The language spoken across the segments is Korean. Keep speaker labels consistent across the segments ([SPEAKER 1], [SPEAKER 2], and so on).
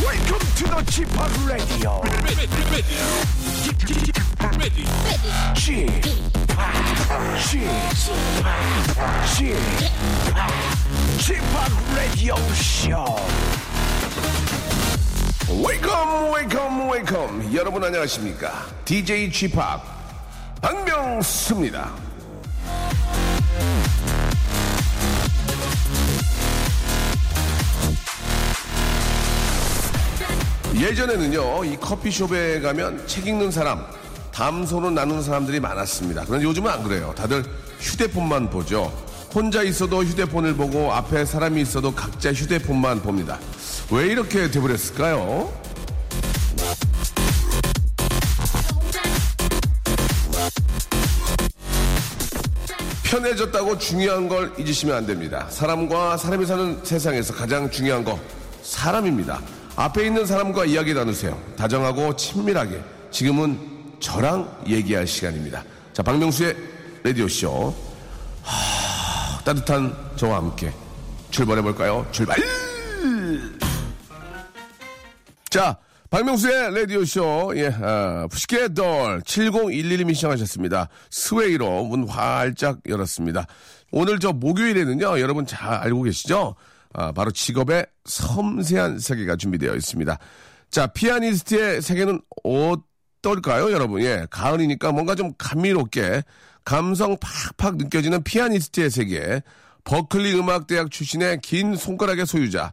[SPEAKER 1] Welcome to the g p o p Radio.
[SPEAKER 2] ready, ready, ready, ready.
[SPEAKER 1] g p o p g p o p Radio Show.
[SPEAKER 3] 웨이컴 웨이컴 웨이컴 여러분 안녕하십니까 DJ g p o p 박명수입니다 예전에는요 이 커피숍에 가면 책 읽는 사람 담소로 나누는 사람들이 많았습니다 그런데 요즘은 안 그래요 다들 휴대폰만 보죠 혼자 있어도 휴대폰을 보고 앞에 사람이 있어도 각자 휴대폰만 봅니다 왜 이렇게 돼버렸을까요? 편해졌다고 중요한 걸 잊으시면 안 됩니다. 사람과 사람이 사는 세상에서 가장 중요한 거 사람입니다. 앞에 있는 사람과 이야기 나누세요. 다정하고 친밀하게. 지금은 저랑 얘기할 시간입니다. 자, 박명수의 라디오쇼. 하, 따뜻한 저와 함께 출발해볼까요? 출발! 자, 박명수의 라디오쇼, 예, 아, 푸시케돌 7011님이 시청하셨습니다. 스웨이로 문 활짝 열었습니다. 오늘 저 목요일에는요, 여러분 잘 알고 계시죠? 아, 바로 직업의 섬세한 세계가 준비되어 있습니다. 자, 피아니스트의 세계는 어떨까요, 여러분? 예, 가을이니까 뭔가 좀 감미롭게 감성 팍팍 느껴지는 피아니스트의 세계. 버클리 음악대학 출신의 긴 손가락의 소유자.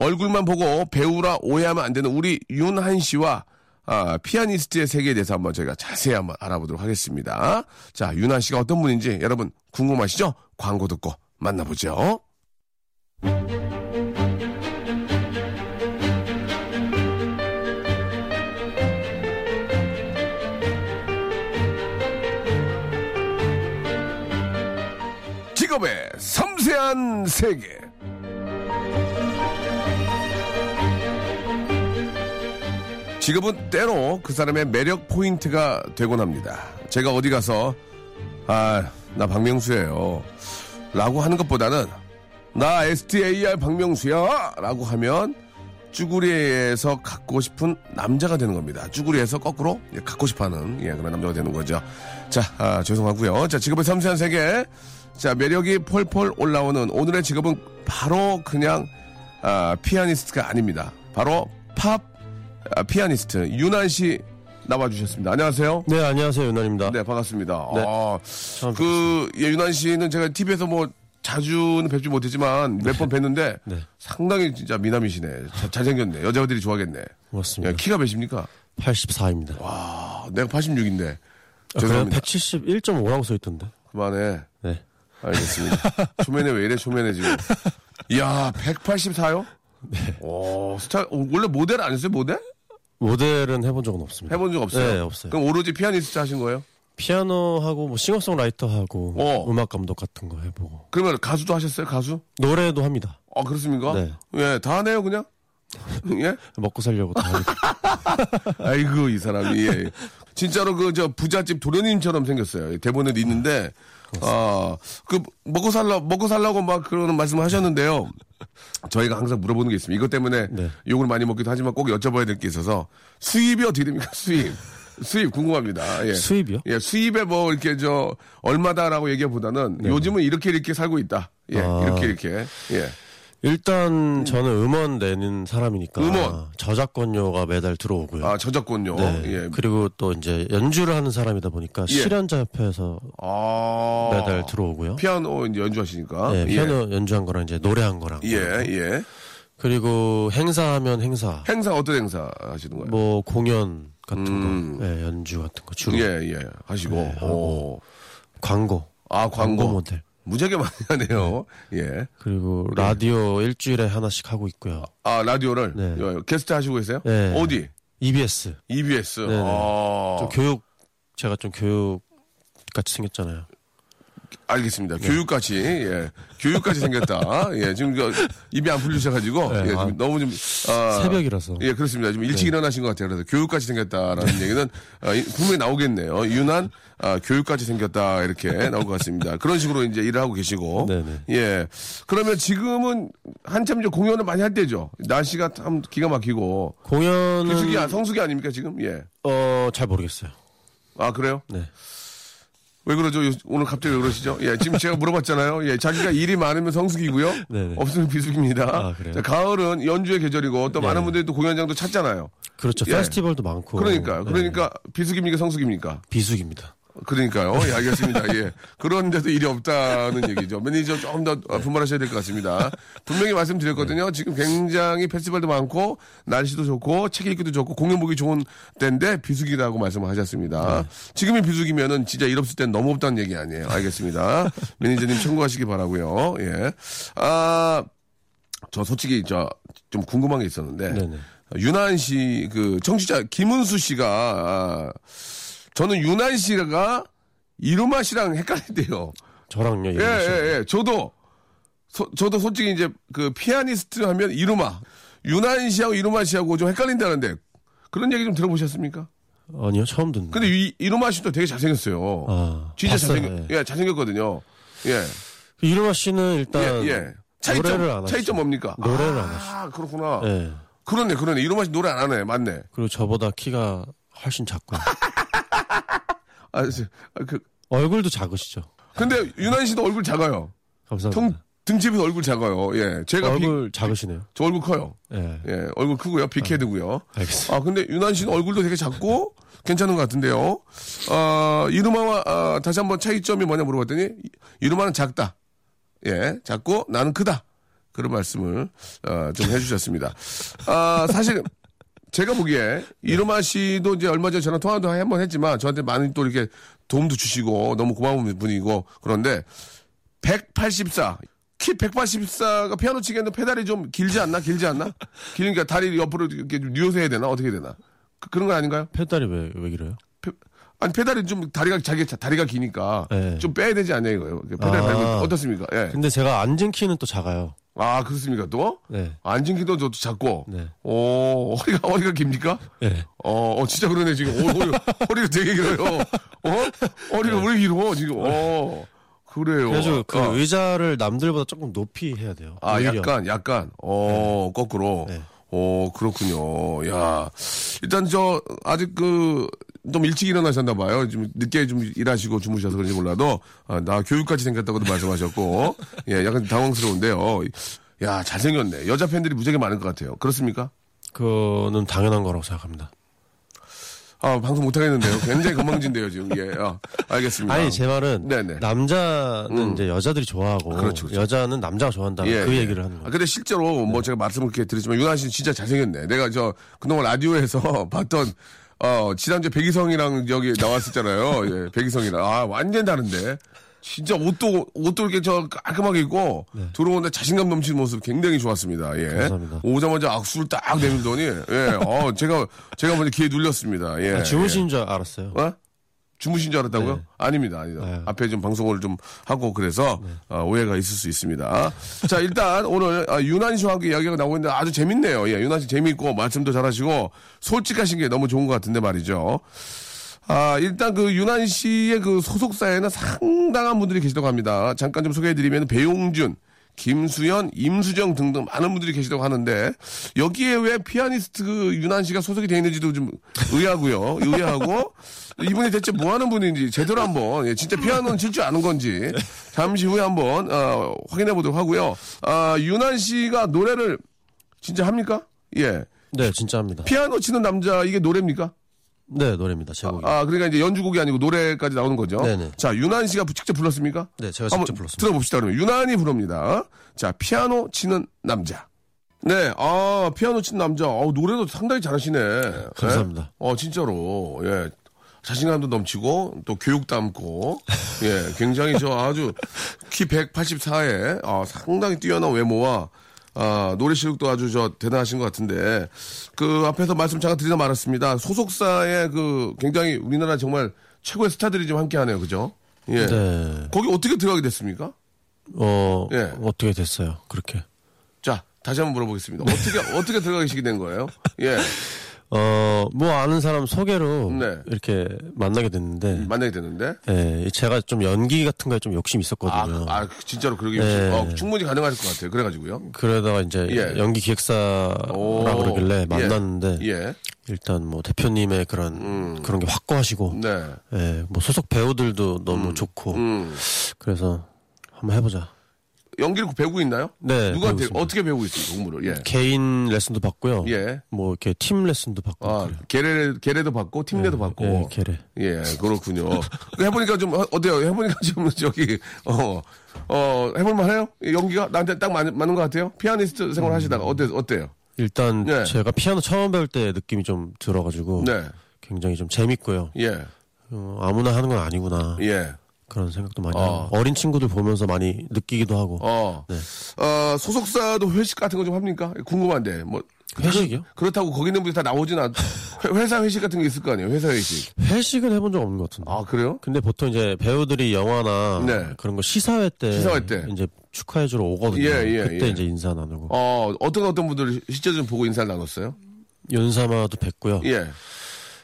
[SPEAKER 3] 얼굴만 보고 배우라 오해하면 안 되는 우리 윤한 씨와 아, 피아니스트의 세계에 대해서 한번 저희가 자세히 한번 알아보도록 하겠습니다. 자, 윤한 씨가 어떤 분인지 여러분 궁금하시죠? 광고 듣고 만나보죠. 직업의 섬세한 세계. 직업은 때로 그 사람의 매력 포인트가 되곤 합니다. 제가 어디 가서 아, 나 박명수예요. 라고 하는 것보다는 나 STAR 박명수야 라고 하면 쭈구리에서 갖고 싶은 남자가 되는 겁니다. 쭈구리에서 거꾸로 예, 갖고 싶어하는 예, 그런 남자가 되는 거죠. 자 아, 죄송하고요. 자 직업의 섬세한 세계 자 매력이 펄펄 올라오는 오늘의 직업은 바로 그냥 아, 피아니스트가 아닙니다. 바로 팝 아, 피아니스트 윤한 씨 나와주셨습니다. 안녕하세요.
[SPEAKER 4] 네, 안녕하세요. 윤환입니다.
[SPEAKER 3] 네, 반갑습니다.
[SPEAKER 4] 네.
[SPEAKER 3] 아,
[SPEAKER 4] 처음
[SPEAKER 3] 그, 예, 윤한 씨는 제가 TV에서 뭐 자주는 뵙지 못했지만 몇 번 뵀는데
[SPEAKER 4] 네.
[SPEAKER 3] 상당히 진짜 미남이시네. 자- 잘생겼네. 여자들이 좋아하겠네.
[SPEAKER 4] 고맙습니다.
[SPEAKER 3] 예, 키가 몇입니까?
[SPEAKER 4] 84입니다.
[SPEAKER 3] 아, 내가 86인데.
[SPEAKER 4] 그냥
[SPEAKER 3] 죄송합니다.
[SPEAKER 4] 171.5라고 써 있던데.
[SPEAKER 3] 그만해.
[SPEAKER 4] 네.
[SPEAKER 3] 알겠습니다. 초면에 왜 이래, 초면에 지금. 이야, 184요? 네. 오, 스타, 오, 원래 모델 안 했어요, 모델?
[SPEAKER 4] 모델은 해본 적은 없습니다.
[SPEAKER 3] 해본 적 없어요?
[SPEAKER 4] 네, 없어요.
[SPEAKER 3] 그럼 오로지 피아니스트 하신 거예요?
[SPEAKER 4] 피아노하고 뭐 싱어송라이터하고
[SPEAKER 3] 어.
[SPEAKER 4] 음악 감독 같은 거 해보고
[SPEAKER 3] 그러면 가수도 하셨어요, 가수?
[SPEAKER 4] 노래도 합니다.
[SPEAKER 3] 아, 그렇습니까?
[SPEAKER 4] 네.
[SPEAKER 3] 예, 다 하네요, 그냥? 예?
[SPEAKER 4] 먹고 살려고 다 합니다.
[SPEAKER 3] 아이고, 이 사람이. 예. 진짜로 그, 저, 부잣집 도련님처럼 생겼어요. 예, 대본에도 있는데, 아, 그, 먹고 살라, 먹고 살라고 막 그런 말씀을 하셨는데요. 저희가 항상 물어보는 게 있습니다. 이것 때문에
[SPEAKER 4] 네.
[SPEAKER 3] 욕을 많이 먹기도 하지만 꼭 여쭤봐야 될 게 있어서 수입이 어떻게 됩니까? 수입. 수입 궁금합니다. 예.
[SPEAKER 4] 수입이요?
[SPEAKER 3] 예, 수입에 뭐 이렇게 저 얼마다라고 얘기보다는 요즘은 이렇게 이렇게 살고 있다. 예,
[SPEAKER 4] 네. 아.
[SPEAKER 3] 이렇게 이렇게. 예.
[SPEAKER 4] 일단 저는 음원 내는 사람이니까
[SPEAKER 3] 음원.
[SPEAKER 4] 저작권료가 매달 들어오고요.
[SPEAKER 3] 아, 저작권요.
[SPEAKER 4] 네.
[SPEAKER 3] 예.
[SPEAKER 4] 그리고 또 이제 연주를 하는 사람이다 보니까
[SPEAKER 3] 예.
[SPEAKER 4] 실현자 협회에서
[SPEAKER 3] 아.
[SPEAKER 4] 매달 들어오고요.
[SPEAKER 3] 피아노 이제 연주하시니까.
[SPEAKER 4] 네, 피아노 연주한 거랑 이제 노래한 거랑
[SPEAKER 3] 예, 예. 예.
[SPEAKER 4] 그리고 행사하면 행사
[SPEAKER 3] 행사 어떤 행사 하시는 거예요? 음.
[SPEAKER 4] 뭐 공연 같은 거, 예, 연주 같은 거 주로
[SPEAKER 3] 예, 예. 하시고. 오.
[SPEAKER 4] 네, 광고,
[SPEAKER 3] 아, 광고.
[SPEAKER 4] 모델
[SPEAKER 3] 무지하게 많이 하네요. 예.
[SPEAKER 4] 그리고 라디오 일주일에 하나씩 하고 있고요.
[SPEAKER 3] 아, 라디오를
[SPEAKER 4] 네.
[SPEAKER 3] 예, 게스트 하시고 계세요?
[SPEAKER 4] 네.
[SPEAKER 3] 어디?
[SPEAKER 4] EBS
[SPEAKER 3] EBS.
[SPEAKER 4] 네.
[SPEAKER 3] 아. 음.
[SPEAKER 4] 좀 교육 제가 좀 교육 같이 생겼잖아요.
[SPEAKER 3] 알겠습니다.
[SPEAKER 4] 네.
[SPEAKER 3] 교육같이, 예. 교육같이 생겼다. 예, 지금 그 입이 안 풀리셔가지고,
[SPEAKER 4] 네,
[SPEAKER 3] 예, 지금
[SPEAKER 4] 아.
[SPEAKER 3] 너무 좀, 아,
[SPEAKER 4] 새벽이라서. 네.
[SPEAKER 3] 예, 그렇습니다. 좀 일찍 일어나신 것 같아요. 그래서 교육같이 생겼다라는 얘기는, 아, 이- 분명히 나오겠네요. 유난, 아, 교육같이 생겼다. 이렇게 나올 것 같습니다. 그런 식으로 이제 일을 하고 계시고.
[SPEAKER 4] 네네.
[SPEAKER 3] 예. 그러면 지금은 한참 이제 공연을 많이 할 때죠. 날씨가 참 기가 막히고.
[SPEAKER 4] 공연은
[SPEAKER 3] 기숙이, 아, 성숙이 아닙니까, 지금? 예.
[SPEAKER 4] 어잘 모르겠어요.
[SPEAKER 3] 아, 그래요?
[SPEAKER 4] 네.
[SPEAKER 3] 왜 그러죠? 요- 오늘 갑자기 왜 그러시죠? 예, 지금 제가 물어봤잖아요. 예, 자기가 일이 많으면 성숙이고요.
[SPEAKER 4] 네네.
[SPEAKER 3] 없으면 비숙입니다.
[SPEAKER 4] 아, 그래요?
[SPEAKER 3] 자,
[SPEAKER 4] 예.
[SPEAKER 3] 가을은 연주의 계절이고 또 많은 분들이 또 공연장도 찾잖아요.
[SPEAKER 4] 그렇죠.
[SPEAKER 3] 예.
[SPEAKER 4] 페스티벌도 많고.
[SPEAKER 3] 그러니까,
[SPEAKER 4] 네.
[SPEAKER 3] 그러니까 비숙입니까 성숙입니까?
[SPEAKER 4] 비숙입니다.
[SPEAKER 3] 그러니까요. 예, 알겠습니다. 예. 그런데도 일이 없다는 얘기죠. 매니저 조금 더 어, 분발하셔야 될 것 같습니다. 분명히 말씀드렸거든요.
[SPEAKER 4] 네.
[SPEAKER 3] 지금 굉장히 페스티벌도 많고, 날씨도 좋고, 책 읽기도 좋고, 공연 보기 좋은 때인데, 비수기라고 말씀하셨습니다.
[SPEAKER 4] 네.
[SPEAKER 3] 지금이 비수기면은 진짜 일 없을 땐 너무 없다는 얘기 아니에요. 알겠습니다. 매니저님 청구하시기 바라고요 예. 아, 저 솔직히 저 좀 궁금한 게 있었는데
[SPEAKER 4] 네네.
[SPEAKER 3] 유난 씨 그 청취자 김은수 씨가 아, 저는 유난 씨가 이루마 씨랑 헷갈린대요.
[SPEAKER 4] 저랑요.
[SPEAKER 3] 예,
[SPEAKER 4] 예예
[SPEAKER 3] 예, 예. 저도 소- 저도 솔직히 이제 그 피아니스트 하면 이루마 유난 씨하고 이루마 씨하고 좀 헷갈린다는데 그런 얘기 좀 들어보셨습니까?
[SPEAKER 4] 아니요 처음 듣는.
[SPEAKER 3] 근데 이, 이루마 씨도 되게 잘생겼어요.
[SPEAKER 4] 아,
[SPEAKER 3] 진짜
[SPEAKER 4] 봤어요,
[SPEAKER 3] 잘생겼
[SPEAKER 4] 예.
[SPEAKER 3] 예, 잘생겼거든요. 예.
[SPEAKER 4] 그 이름아 씨는 일단
[SPEAKER 3] 예, 예. 차이점
[SPEAKER 4] 노래를 안 하시죠.
[SPEAKER 3] 차이점 뭡니까?
[SPEAKER 4] 노래를
[SPEAKER 3] 아,
[SPEAKER 4] 안 하시죠.
[SPEAKER 3] 그렇구나.
[SPEAKER 4] 예.
[SPEAKER 3] 그러네, 그러네. 이런 맛이 노래 안 하네. 맞네.
[SPEAKER 4] 그리고 저보다 키가 훨씬 작고
[SPEAKER 3] 아, 저- 아, 그,
[SPEAKER 4] 얼굴도 작으시죠.
[SPEAKER 3] 근데 유난 씨도 얼굴 작아요. 통,
[SPEAKER 4] 감사합니다.
[SPEAKER 3] 등치에서 얼굴 작아요. 예. 제가 비,
[SPEAKER 4] 얼굴 작으시네요.
[SPEAKER 3] 저 얼굴 커요.
[SPEAKER 4] 예.
[SPEAKER 3] 예. 얼굴 크고요. 빅헤드고요.
[SPEAKER 4] 알겠습니다.
[SPEAKER 3] 아, 근데 유난 씨는 얼굴도 되게 작고 괜찮은 것 같은데요. 어, 이루마와 아, 다시 한번 차이점이 뭐냐 물어봤더니 이- 이루마는 작다. 예. 작고 나는 크다. 그런 말씀을 어, 좀 해주셨습니다. 아, 사실 제가
[SPEAKER 4] 네.
[SPEAKER 3] 보기에 이루마 씨도 이제 얼마 전에 저랑 통화도 한 번 했지만 저한테 많은 또 이렇게 도움도 주시고 너무 고마운 분이고 그런데 184. 키 184가 피아노 치기에는 페달이 좀 길지 않나? 길지 않나? 길으니까 그러니까 다리 옆으로 이렇게 좀 뉘어서야 되나? 어떻게 되나? 그, 런거 아닌가요?
[SPEAKER 4] 페달이 왜, 왜 이래요?
[SPEAKER 3] 페- 아니 페달이 좀 다리가 자기 다리가 기니까
[SPEAKER 4] 네.
[SPEAKER 3] 좀 빼야 되지 않냐 이거예요. 그 페달
[SPEAKER 4] 아.
[SPEAKER 3] 밟으면 어떻습니까? 예.
[SPEAKER 4] 근데 제가 앉은 키는 또 작아요.
[SPEAKER 3] 아 그렇습니까 또?
[SPEAKER 4] 네.
[SPEAKER 3] 앉은 기도 저도 작고.
[SPEAKER 4] 네.
[SPEAKER 3] 오 허리가 허리가 깁니까?
[SPEAKER 4] 예.
[SPEAKER 3] 어, 어, 진짜 그러네 지금 오, 허리, 허리가 되게 길어요. 어? 허리가 왜 길어 지금? 어 그래요.
[SPEAKER 4] 네. 그래서 그
[SPEAKER 3] 아.
[SPEAKER 4] 의자를 남들보다 조금 높이 해야 돼요.
[SPEAKER 3] 아,
[SPEAKER 4] 오히려.
[SPEAKER 3] 약간, 약간. 어, 거꾸로.
[SPEAKER 4] 네.
[SPEAKER 3] 어, 그렇군요. 야. 일단 저, 아직 그, 좀 일찍 일어나셨나 봐요. 좀 늦게 좀 일하시고 주무셔서 그런지 몰라도, 아, 나 교육까지 생겼다고도 말씀하셨고, 예, 약간 당황스러운데요. 야, 잘생겼네. 여자 팬들이 무지하게 많을 것 같아요. 그렇습니까?
[SPEAKER 4] 그거는 당연한 거라고 생각합니다.
[SPEAKER 3] 아, 방송 못하겠는데요. 굉장히 건망진데요, 지금. 예, 아, 알겠습니다.
[SPEAKER 4] 아니 제 말은
[SPEAKER 3] 네네. 음.
[SPEAKER 4] 남자는 이제 여자들이 좋아하고
[SPEAKER 3] 그렇죠, 그렇죠.
[SPEAKER 4] 여자는 남자가 좋아한다.
[SPEAKER 3] 예,
[SPEAKER 4] 그
[SPEAKER 3] 예.
[SPEAKER 4] 얘기를 하는 네.
[SPEAKER 3] 아,
[SPEAKER 4] 거예요.
[SPEAKER 3] 근데 실제로 뭐 제가 말씀을 그렇게 드리지만 유나 씨는 진짜 잘생겼네. 내가 저 그동안 라디오에서 봤던 어 지난주 백이성이랑 여기 나왔었잖아요. 예, 백이성이랑 아 완전 다른데. 진짜 옷도 옷도 이렇게 저 깔끔하게 입고 들어오는데 자신감 넘치는 모습 굉장히 좋았습니다. 예.
[SPEAKER 4] 네. 감사합니다.
[SPEAKER 3] 오자마자 악수를 딱 내밀더니 예. 어 제가 제가 먼저 기에 눌렸습니다. 예.
[SPEAKER 4] 주무시는 줄 알았어요.
[SPEAKER 3] 어? 주무신 줄 알았다고요? 아닙니다, 아니다.
[SPEAKER 4] 네.
[SPEAKER 3] 앞에 좀 방송을 좀 하고 그래서 어, 오해가 있을 수 있습니다. 자, 일단 오늘 아, 유난 씨와 함께 이야기가 나오고 있는데 아주 재밌네요. 예, 유난 씨 재밌고 말씀도 잘하시고 솔직하신 게 너무 좋은 것 같은데 말이죠. 아, 일단 그 유난 씨의 그 소속사에는 상당한 분들이 계시다고 합니다. 잠깐 좀 소개해드리면 배용준, 김수현, 임수정 등등 많은 분들이 계시다고 하는데 여기에 왜 피아니스트 그 유난 씨가 소속이 되어 있는지도 좀 의아하고요. 의아하고 이분이 대체 뭐 하는 분인지 제대로 한번 예, 진짜 피아노는 칠 줄 아는 건지 잠시 후에 한번 어, 확인해 보도록 하고요. 아, 유난 씨가 노래를 진짜 합니까? 예.
[SPEAKER 4] 네, 진짜 합니다.
[SPEAKER 3] 피아노 치는 남자 이게 노래입니까?
[SPEAKER 4] 네, 노래입니다. 제 곡이.
[SPEAKER 3] 아, 그러니까 이제 연주곡이 아니고 노래까지 나오는 거죠.
[SPEAKER 4] 네네.
[SPEAKER 3] 자, 유난 씨가 직접 불렀습니까?
[SPEAKER 4] 네, 제가
[SPEAKER 3] 한번
[SPEAKER 4] 직접 불렀습니다.
[SPEAKER 3] 들어봅시다. 그러면 유난이 부릅니다. 자, 피아노 치는 남자. 네, 아, 피아노 치는 남자. 어, 노래도 상당히 잘하시네.
[SPEAKER 4] 감사합니다.
[SPEAKER 3] 예? 어, 진짜로. 예. 자신감도 넘치고 또 교육 담고 예, 굉장히 저 아주 키 184에 아, 상당히 뛰어난 외모와 아, 노래 실력도 아주 저 대단하신 것 같은데 그 앞에서 말씀 잠깐 드리다 말았습니다. 소속사의 그 굉장히 우리나라 정말 최고의 스타들이 좀 함께하네요, 그죠? 예.
[SPEAKER 4] 네.
[SPEAKER 3] 거기 어떻게 들어가게 됐습니까?
[SPEAKER 4] 어,
[SPEAKER 3] 예.
[SPEAKER 4] 어떻게 됐어요? 그렇게.
[SPEAKER 3] 자, 다시 한번 물어보겠습니다. 어떻게, 어떻게 들어가시게 된 거예요? 예.
[SPEAKER 4] 어, 뭐 아는 사람 소개로
[SPEAKER 3] 네. 음.
[SPEAKER 4] 이렇게 만나게 됐는데,
[SPEAKER 3] 만나게 됐는데.
[SPEAKER 4] 예, 제가 좀 연기 같은 거에 좀
[SPEAKER 3] 아,
[SPEAKER 4] 욕심이 있었거든요.
[SPEAKER 3] 아, 진짜로 그러게.
[SPEAKER 4] 네.
[SPEAKER 3] 어, 충분히 가능하실 것 같아요. 그래가지고요.
[SPEAKER 4] 그러다가 이제
[SPEAKER 3] 예.
[SPEAKER 4] 연기 기획사라
[SPEAKER 3] 오.
[SPEAKER 4] 아, 그러길래
[SPEAKER 3] 예.
[SPEAKER 4] 만났는데
[SPEAKER 3] 예. 음.
[SPEAKER 4] 일단 뭐 대표님의 그런 그런 게 확고하시고
[SPEAKER 3] 네.
[SPEAKER 4] 예, 뭐 소속 배우들도 너무 좋고
[SPEAKER 3] 음.
[SPEAKER 4] 그래서 한번 해보자.
[SPEAKER 3] 연기를 배우고 있나요?
[SPEAKER 4] 네,
[SPEAKER 3] 누구한테,
[SPEAKER 4] 배우고 있습니다.
[SPEAKER 3] 어떻게 배우고 있어요, 공부를? 예.
[SPEAKER 4] 개인 레슨도 받고요.
[SPEAKER 3] 예.
[SPEAKER 4] 뭐 이렇게 팀 레슨도 받고
[SPEAKER 3] 아,
[SPEAKER 4] 그래요.
[SPEAKER 3] 계레, 계레도 받고, 팀레도 받고.
[SPEAKER 4] 예, 계레.
[SPEAKER 3] 예, 그렇군요. 해보니까 좀, 어- 어때요? 해보니까 좀, 저기, 어, 어, 해볼만 해요? 연기가? 나한테 딱 맞, 맞는 것 같아요? 피아니스트 생활 하시다가, 어때, 어때요?
[SPEAKER 4] 일단
[SPEAKER 3] 예.
[SPEAKER 4] 제가 피아노 처음 배울 때 느낌이 좀 들어가지고
[SPEAKER 3] 네.
[SPEAKER 4] 굉장히 좀 재밌고요.
[SPEAKER 3] 예,
[SPEAKER 4] 어, 아무나 하는 건 아니구나
[SPEAKER 3] 예.
[SPEAKER 4] 그런 생각도 많이
[SPEAKER 3] 어.
[SPEAKER 4] 하고 어린 친구들 보면서 많이 느끼기도 하고
[SPEAKER 3] 어, 어, 소속사도 회식 같은 거 좀 합니까? 궁금한데, 뭐.
[SPEAKER 4] 회식이요?
[SPEAKER 3] 그렇다고 거기 있는 분들이 다 나오진 않, 회- 회사 회식 같은 게 있을 거 아니에요? 회사 회식.
[SPEAKER 4] 회식은 해본 적 없는 것 같은데.
[SPEAKER 3] 아, 그래요?
[SPEAKER 4] 근데 보통 이제 배우들이 영화나
[SPEAKER 3] 네.
[SPEAKER 4] 그런 거 시사회 때,
[SPEAKER 3] 시사회 때.
[SPEAKER 4] 이제 축하해주러 오거든요.
[SPEAKER 3] 예, 예,
[SPEAKER 4] 그때
[SPEAKER 3] 예.
[SPEAKER 4] 이제 인사 나누고
[SPEAKER 3] 어, 어떤 어떤 분들 실제 좀 보고 인사를 나눴어요?
[SPEAKER 4] 연사마도 뵀고요.
[SPEAKER 3] 예.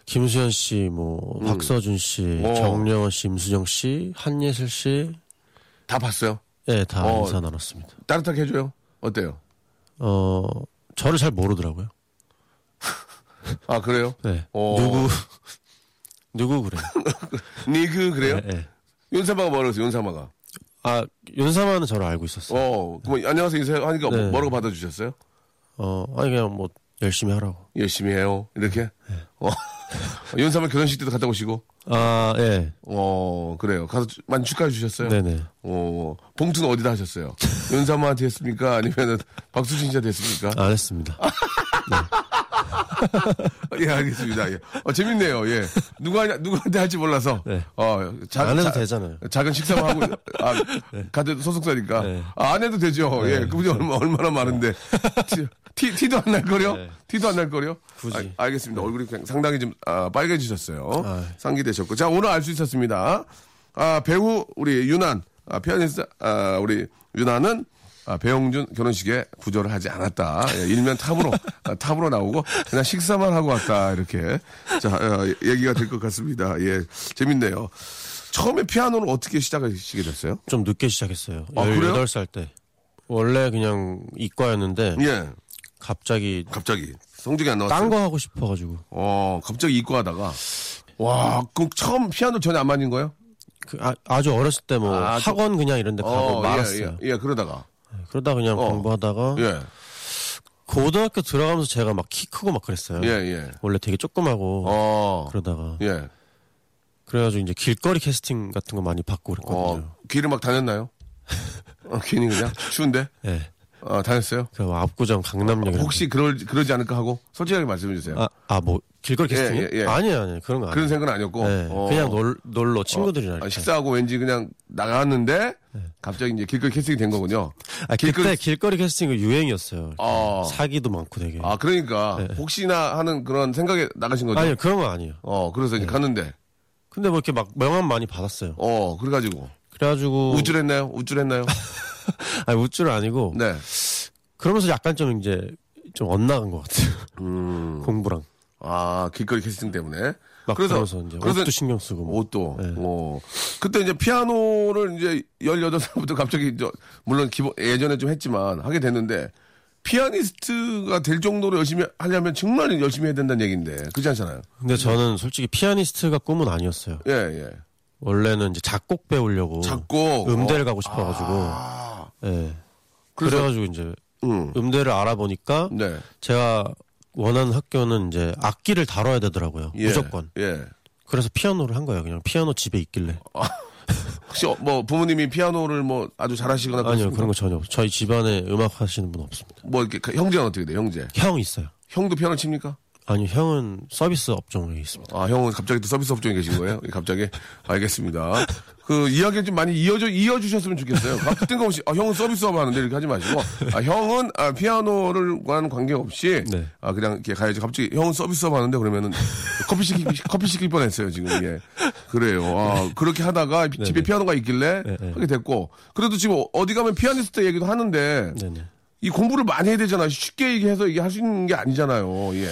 [SPEAKER 4] 김수현 씨, 뭐 박서준 씨,
[SPEAKER 3] 어.
[SPEAKER 4] 정영원 씨, 임수정 씨, 한예슬 씨,
[SPEAKER 3] 다 봤어요?
[SPEAKER 4] 예, 다
[SPEAKER 3] 어.
[SPEAKER 4] 인사 나눴습니다.
[SPEAKER 3] 따뜻하게 해줘요? 어때요?
[SPEAKER 4] 어, 저를 잘 모르더라고요.
[SPEAKER 3] 아, 그래요?
[SPEAKER 4] 네,
[SPEAKER 3] 어.
[SPEAKER 4] 누구 누구 그래?
[SPEAKER 3] 니그, 그래요?
[SPEAKER 4] 예, 예.
[SPEAKER 3] 윤사마가 뭐라고 했어요, 윤사마가?
[SPEAKER 4] 아, 연사마는 저를 알고 있었어요.
[SPEAKER 3] 어, 그럼 안녕하세요 인사하니까
[SPEAKER 4] 네.
[SPEAKER 3] 뭐라고 받아주셨어요?
[SPEAKER 4] 어, 아니 그냥 뭐 열심히 하라고.
[SPEAKER 3] 열심히 해요. 이렇게?
[SPEAKER 4] 네.
[SPEAKER 3] 어, 윤사마 결혼식 때도 갔다 오시고,
[SPEAKER 4] 아, 예,
[SPEAKER 3] 어, 그래요. 가서 주- 많이 축하해 주셨어요?
[SPEAKER 4] 네네.
[SPEAKER 3] 어, 봉투는 어디다 하셨어요? 윤사마한테 했습니까? 아니면은 박수진 씨한테 했습니까?
[SPEAKER 4] 안 했습니다.
[SPEAKER 3] 예, 알겠습니다. 예. 어, 재밌네요. 예. 누가, 누구한테 할지 몰라서.
[SPEAKER 4] 네.
[SPEAKER 3] 어, 자,
[SPEAKER 4] 안 해도
[SPEAKER 3] 자-
[SPEAKER 4] 되잖아요.
[SPEAKER 3] 작은 식사만 하고, 아, 같은 소속사니까.
[SPEAKER 4] 네.
[SPEAKER 3] 아, 안 해도 되죠. 예. 그분이 얼마, 얼마나 많은데. 티, 티, 티도 안 날 거려?
[SPEAKER 4] 네.
[SPEAKER 3] 티도 안 날 거려?
[SPEAKER 4] 굳이. 네.
[SPEAKER 3] 아, 알겠습니다. 얼굴이 그냥 상당히 좀, 아, 빨개지셨어요.
[SPEAKER 4] 아.
[SPEAKER 3] 상기되셨고. 자, 오늘 알 수 있었습니다. 아, 배우, 우리 유난, 아, 피아니스트, 아, 우리 유난은 아, 배용준 결혼식에 구조를 하지 않았다. 예, 일면 탑으로, 아, 탑으로 나오고 그냥 식사만 하고 왔다. 이렇게. 자, 어, 얘기가 될 것 같습니다. 예. 재밌네요. 처음에 피아노를 어떻게 시작하시게 됐어요?
[SPEAKER 4] 좀 늦게 시작했어요.
[SPEAKER 3] 아, 그래요?
[SPEAKER 4] 18살 때. 원래 그냥 이과였는데
[SPEAKER 3] 예. 아,
[SPEAKER 4] 갑자기
[SPEAKER 3] 갑자기. 성적이 안 나왔어요.
[SPEAKER 4] 딴 거 하고 싶어 가지고.
[SPEAKER 3] 어, 갑자기 이과 하다가. 와, 그럼 처음 피아노 전혀 안 맞는 거예요?
[SPEAKER 4] 아, 주 어렸을 때 뭐
[SPEAKER 3] 아, 아주-
[SPEAKER 4] 학원 그냥 이런 데 가고 말았어요.
[SPEAKER 3] 예, 예, 예, 그러다가.
[SPEAKER 4] 그러다 그냥
[SPEAKER 3] 어.
[SPEAKER 4] 공부하다가
[SPEAKER 3] 예,
[SPEAKER 4] 고등학교 들어가면서 제가 막 키 크고 막 그랬어요.
[SPEAKER 3] 예, 예.
[SPEAKER 4] 원래 되게 조그마고
[SPEAKER 3] 어,
[SPEAKER 4] 그러다가
[SPEAKER 3] 예.
[SPEAKER 4] 그래가지고 이제 길거리 캐스팅 같은 거 많이 받고 그랬거든요.
[SPEAKER 3] 어, 길을 막 다녔나요? 어, 괜히 그냥? 추운데?
[SPEAKER 4] 예.
[SPEAKER 3] 어, 다녔어요?
[SPEAKER 4] 그럼 압구정 강남역
[SPEAKER 3] 혹시 그럴, 그러지 않을까 하고 솔직하게 말씀해 주세요.
[SPEAKER 4] 아뭐 길거리
[SPEAKER 3] 예,
[SPEAKER 4] 캐스팅? 이
[SPEAKER 3] 예, 예.
[SPEAKER 4] 아니에요, 아니에요. 그런 거
[SPEAKER 3] 그런
[SPEAKER 4] 아니에요.
[SPEAKER 3] 생각은 아니었고.
[SPEAKER 4] 예,
[SPEAKER 3] 어.
[SPEAKER 4] 그냥 놀, 놀러 친구들이랑
[SPEAKER 3] 아,
[SPEAKER 4] 이렇게. 예.
[SPEAKER 3] 식사하고 왠지 그냥 나갔는데 갑자기 이제 길거리 캐스팅이 된 거군요.
[SPEAKER 4] 아,
[SPEAKER 3] 길거리-
[SPEAKER 4] 그때 길거리 캐스팅 이 유행이었어요.
[SPEAKER 3] 아.
[SPEAKER 4] 사기도 많고 되게.
[SPEAKER 3] 아, 그러니까 혹시나 하는 그런 생각에 나가신 거죠?
[SPEAKER 4] 아니 요 예. 그런 건 아니에요.
[SPEAKER 3] 어, 그래서 이제 갔는데.
[SPEAKER 4] 근데 뭐 이렇게 막 명함 많이 받았어요.
[SPEAKER 3] 어, 그래가지고.
[SPEAKER 4] 그래가지고
[SPEAKER 3] 우쭐했나요? 우쭐했나요?
[SPEAKER 4] 아니 우쭐 아니고
[SPEAKER 3] 네.
[SPEAKER 4] 그러면서 약간 좀 이제 좀 엇나간 것 같아요.
[SPEAKER 3] 음.
[SPEAKER 4] 공부랑
[SPEAKER 3] 아, 길거리 캐스팅 때문에.
[SPEAKER 4] 막 그래서, 이제
[SPEAKER 3] 그래서
[SPEAKER 4] 옷도 신경 쓰고 뭐.
[SPEAKER 3] 옷도.
[SPEAKER 4] 네.
[SPEAKER 3] 어. 그때 이제 피아노를 이제 18살부터 갑자기 저 물론 기본 예전에 좀 했지만 하게 됐는데 피아니스트가 될 정도로 열심히 하려면 정말 열심히 해야 된다는 얘기인데. 그렇지 않잖아요.
[SPEAKER 4] 근데 저는 솔직히 피아니스트가 꿈은 아니었어요.
[SPEAKER 3] 예, 예.
[SPEAKER 4] 원래는 이제 작곡 배우려고
[SPEAKER 3] 작곡.
[SPEAKER 4] 음대를 가고 싶어가지고
[SPEAKER 3] 아.
[SPEAKER 4] 예.
[SPEAKER 3] 그래서-
[SPEAKER 4] 그래가지고 이제
[SPEAKER 3] 음.
[SPEAKER 4] 음대를 알아보니까
[SPEAKER 3] 네.
[SPEAKER 4] 제가 원하는 학교는 이제 악기를 다뤄야 되더라고요.
[SPEAKER 3] 예.
[SPEAKER 4] 무조건.
[SPEAKER 3] 예.
[SPEAKER 4] 그래서 피아노를 한 거예요. 그냥 피아노 집에 있길래.
[SPEAKER 3] 혹시 어, 뭐 부모님이 피아노를 뭐 아주 잘하시거나
[SPEAKER 4] 아니요,
[SPEAKER 3] 그렇습니까?
[SPEAKER 4] 그런 거 전혀 없어요. 저희 집안에 음악 하시는 분 없습니다.
[SPEAKER 3] 뭐 이렇게 그 형제는 어떻게 돼요? 형제.
[SPEAKER 4] 형 있어요.
[SPEAKER 3] 형도 피아노 칩니까?
[SPEAKER 4] 아니, 형은 서비스 업종에 있습니다.
[SPEAKER 3] 아, 형은 갑자기 또 서비스 업종에 계신 거예요? 갑자기? 알겠습니다. 그, 이야기 좀 많이 이어져, 이어주셨으면 좋겠어요. 갑- 뜬금없이, 아, 형은 서비스업 하는데 이렇게 하지 마시고, 아, 형은, 아, 피아노를 관 관계없이,
[SPEAKER 4] 네.
[SPEAKER 3] 아, 그냥 이렇게 가야지. 갑자기 형은 서비스업 하는데 그러면은 커피 시키, 커피 시킬 뻔 했어요, 지금 이게. 그래요. 아, 그렇게 하다가 집에 피아노가 있길래
[SPEAKER 4] 네.
[SPEAKER 3] 하게 됐고. 그래도 지금 어디 가면 피아니스트 얘기도 하는데
[SPEAKER 4] 네네.
[SPEAKER 3] 이 공부를 많이 해야 되잖아. 쉽게 얘기해서 이게 할 수 있는 게 아니잖아요. 예.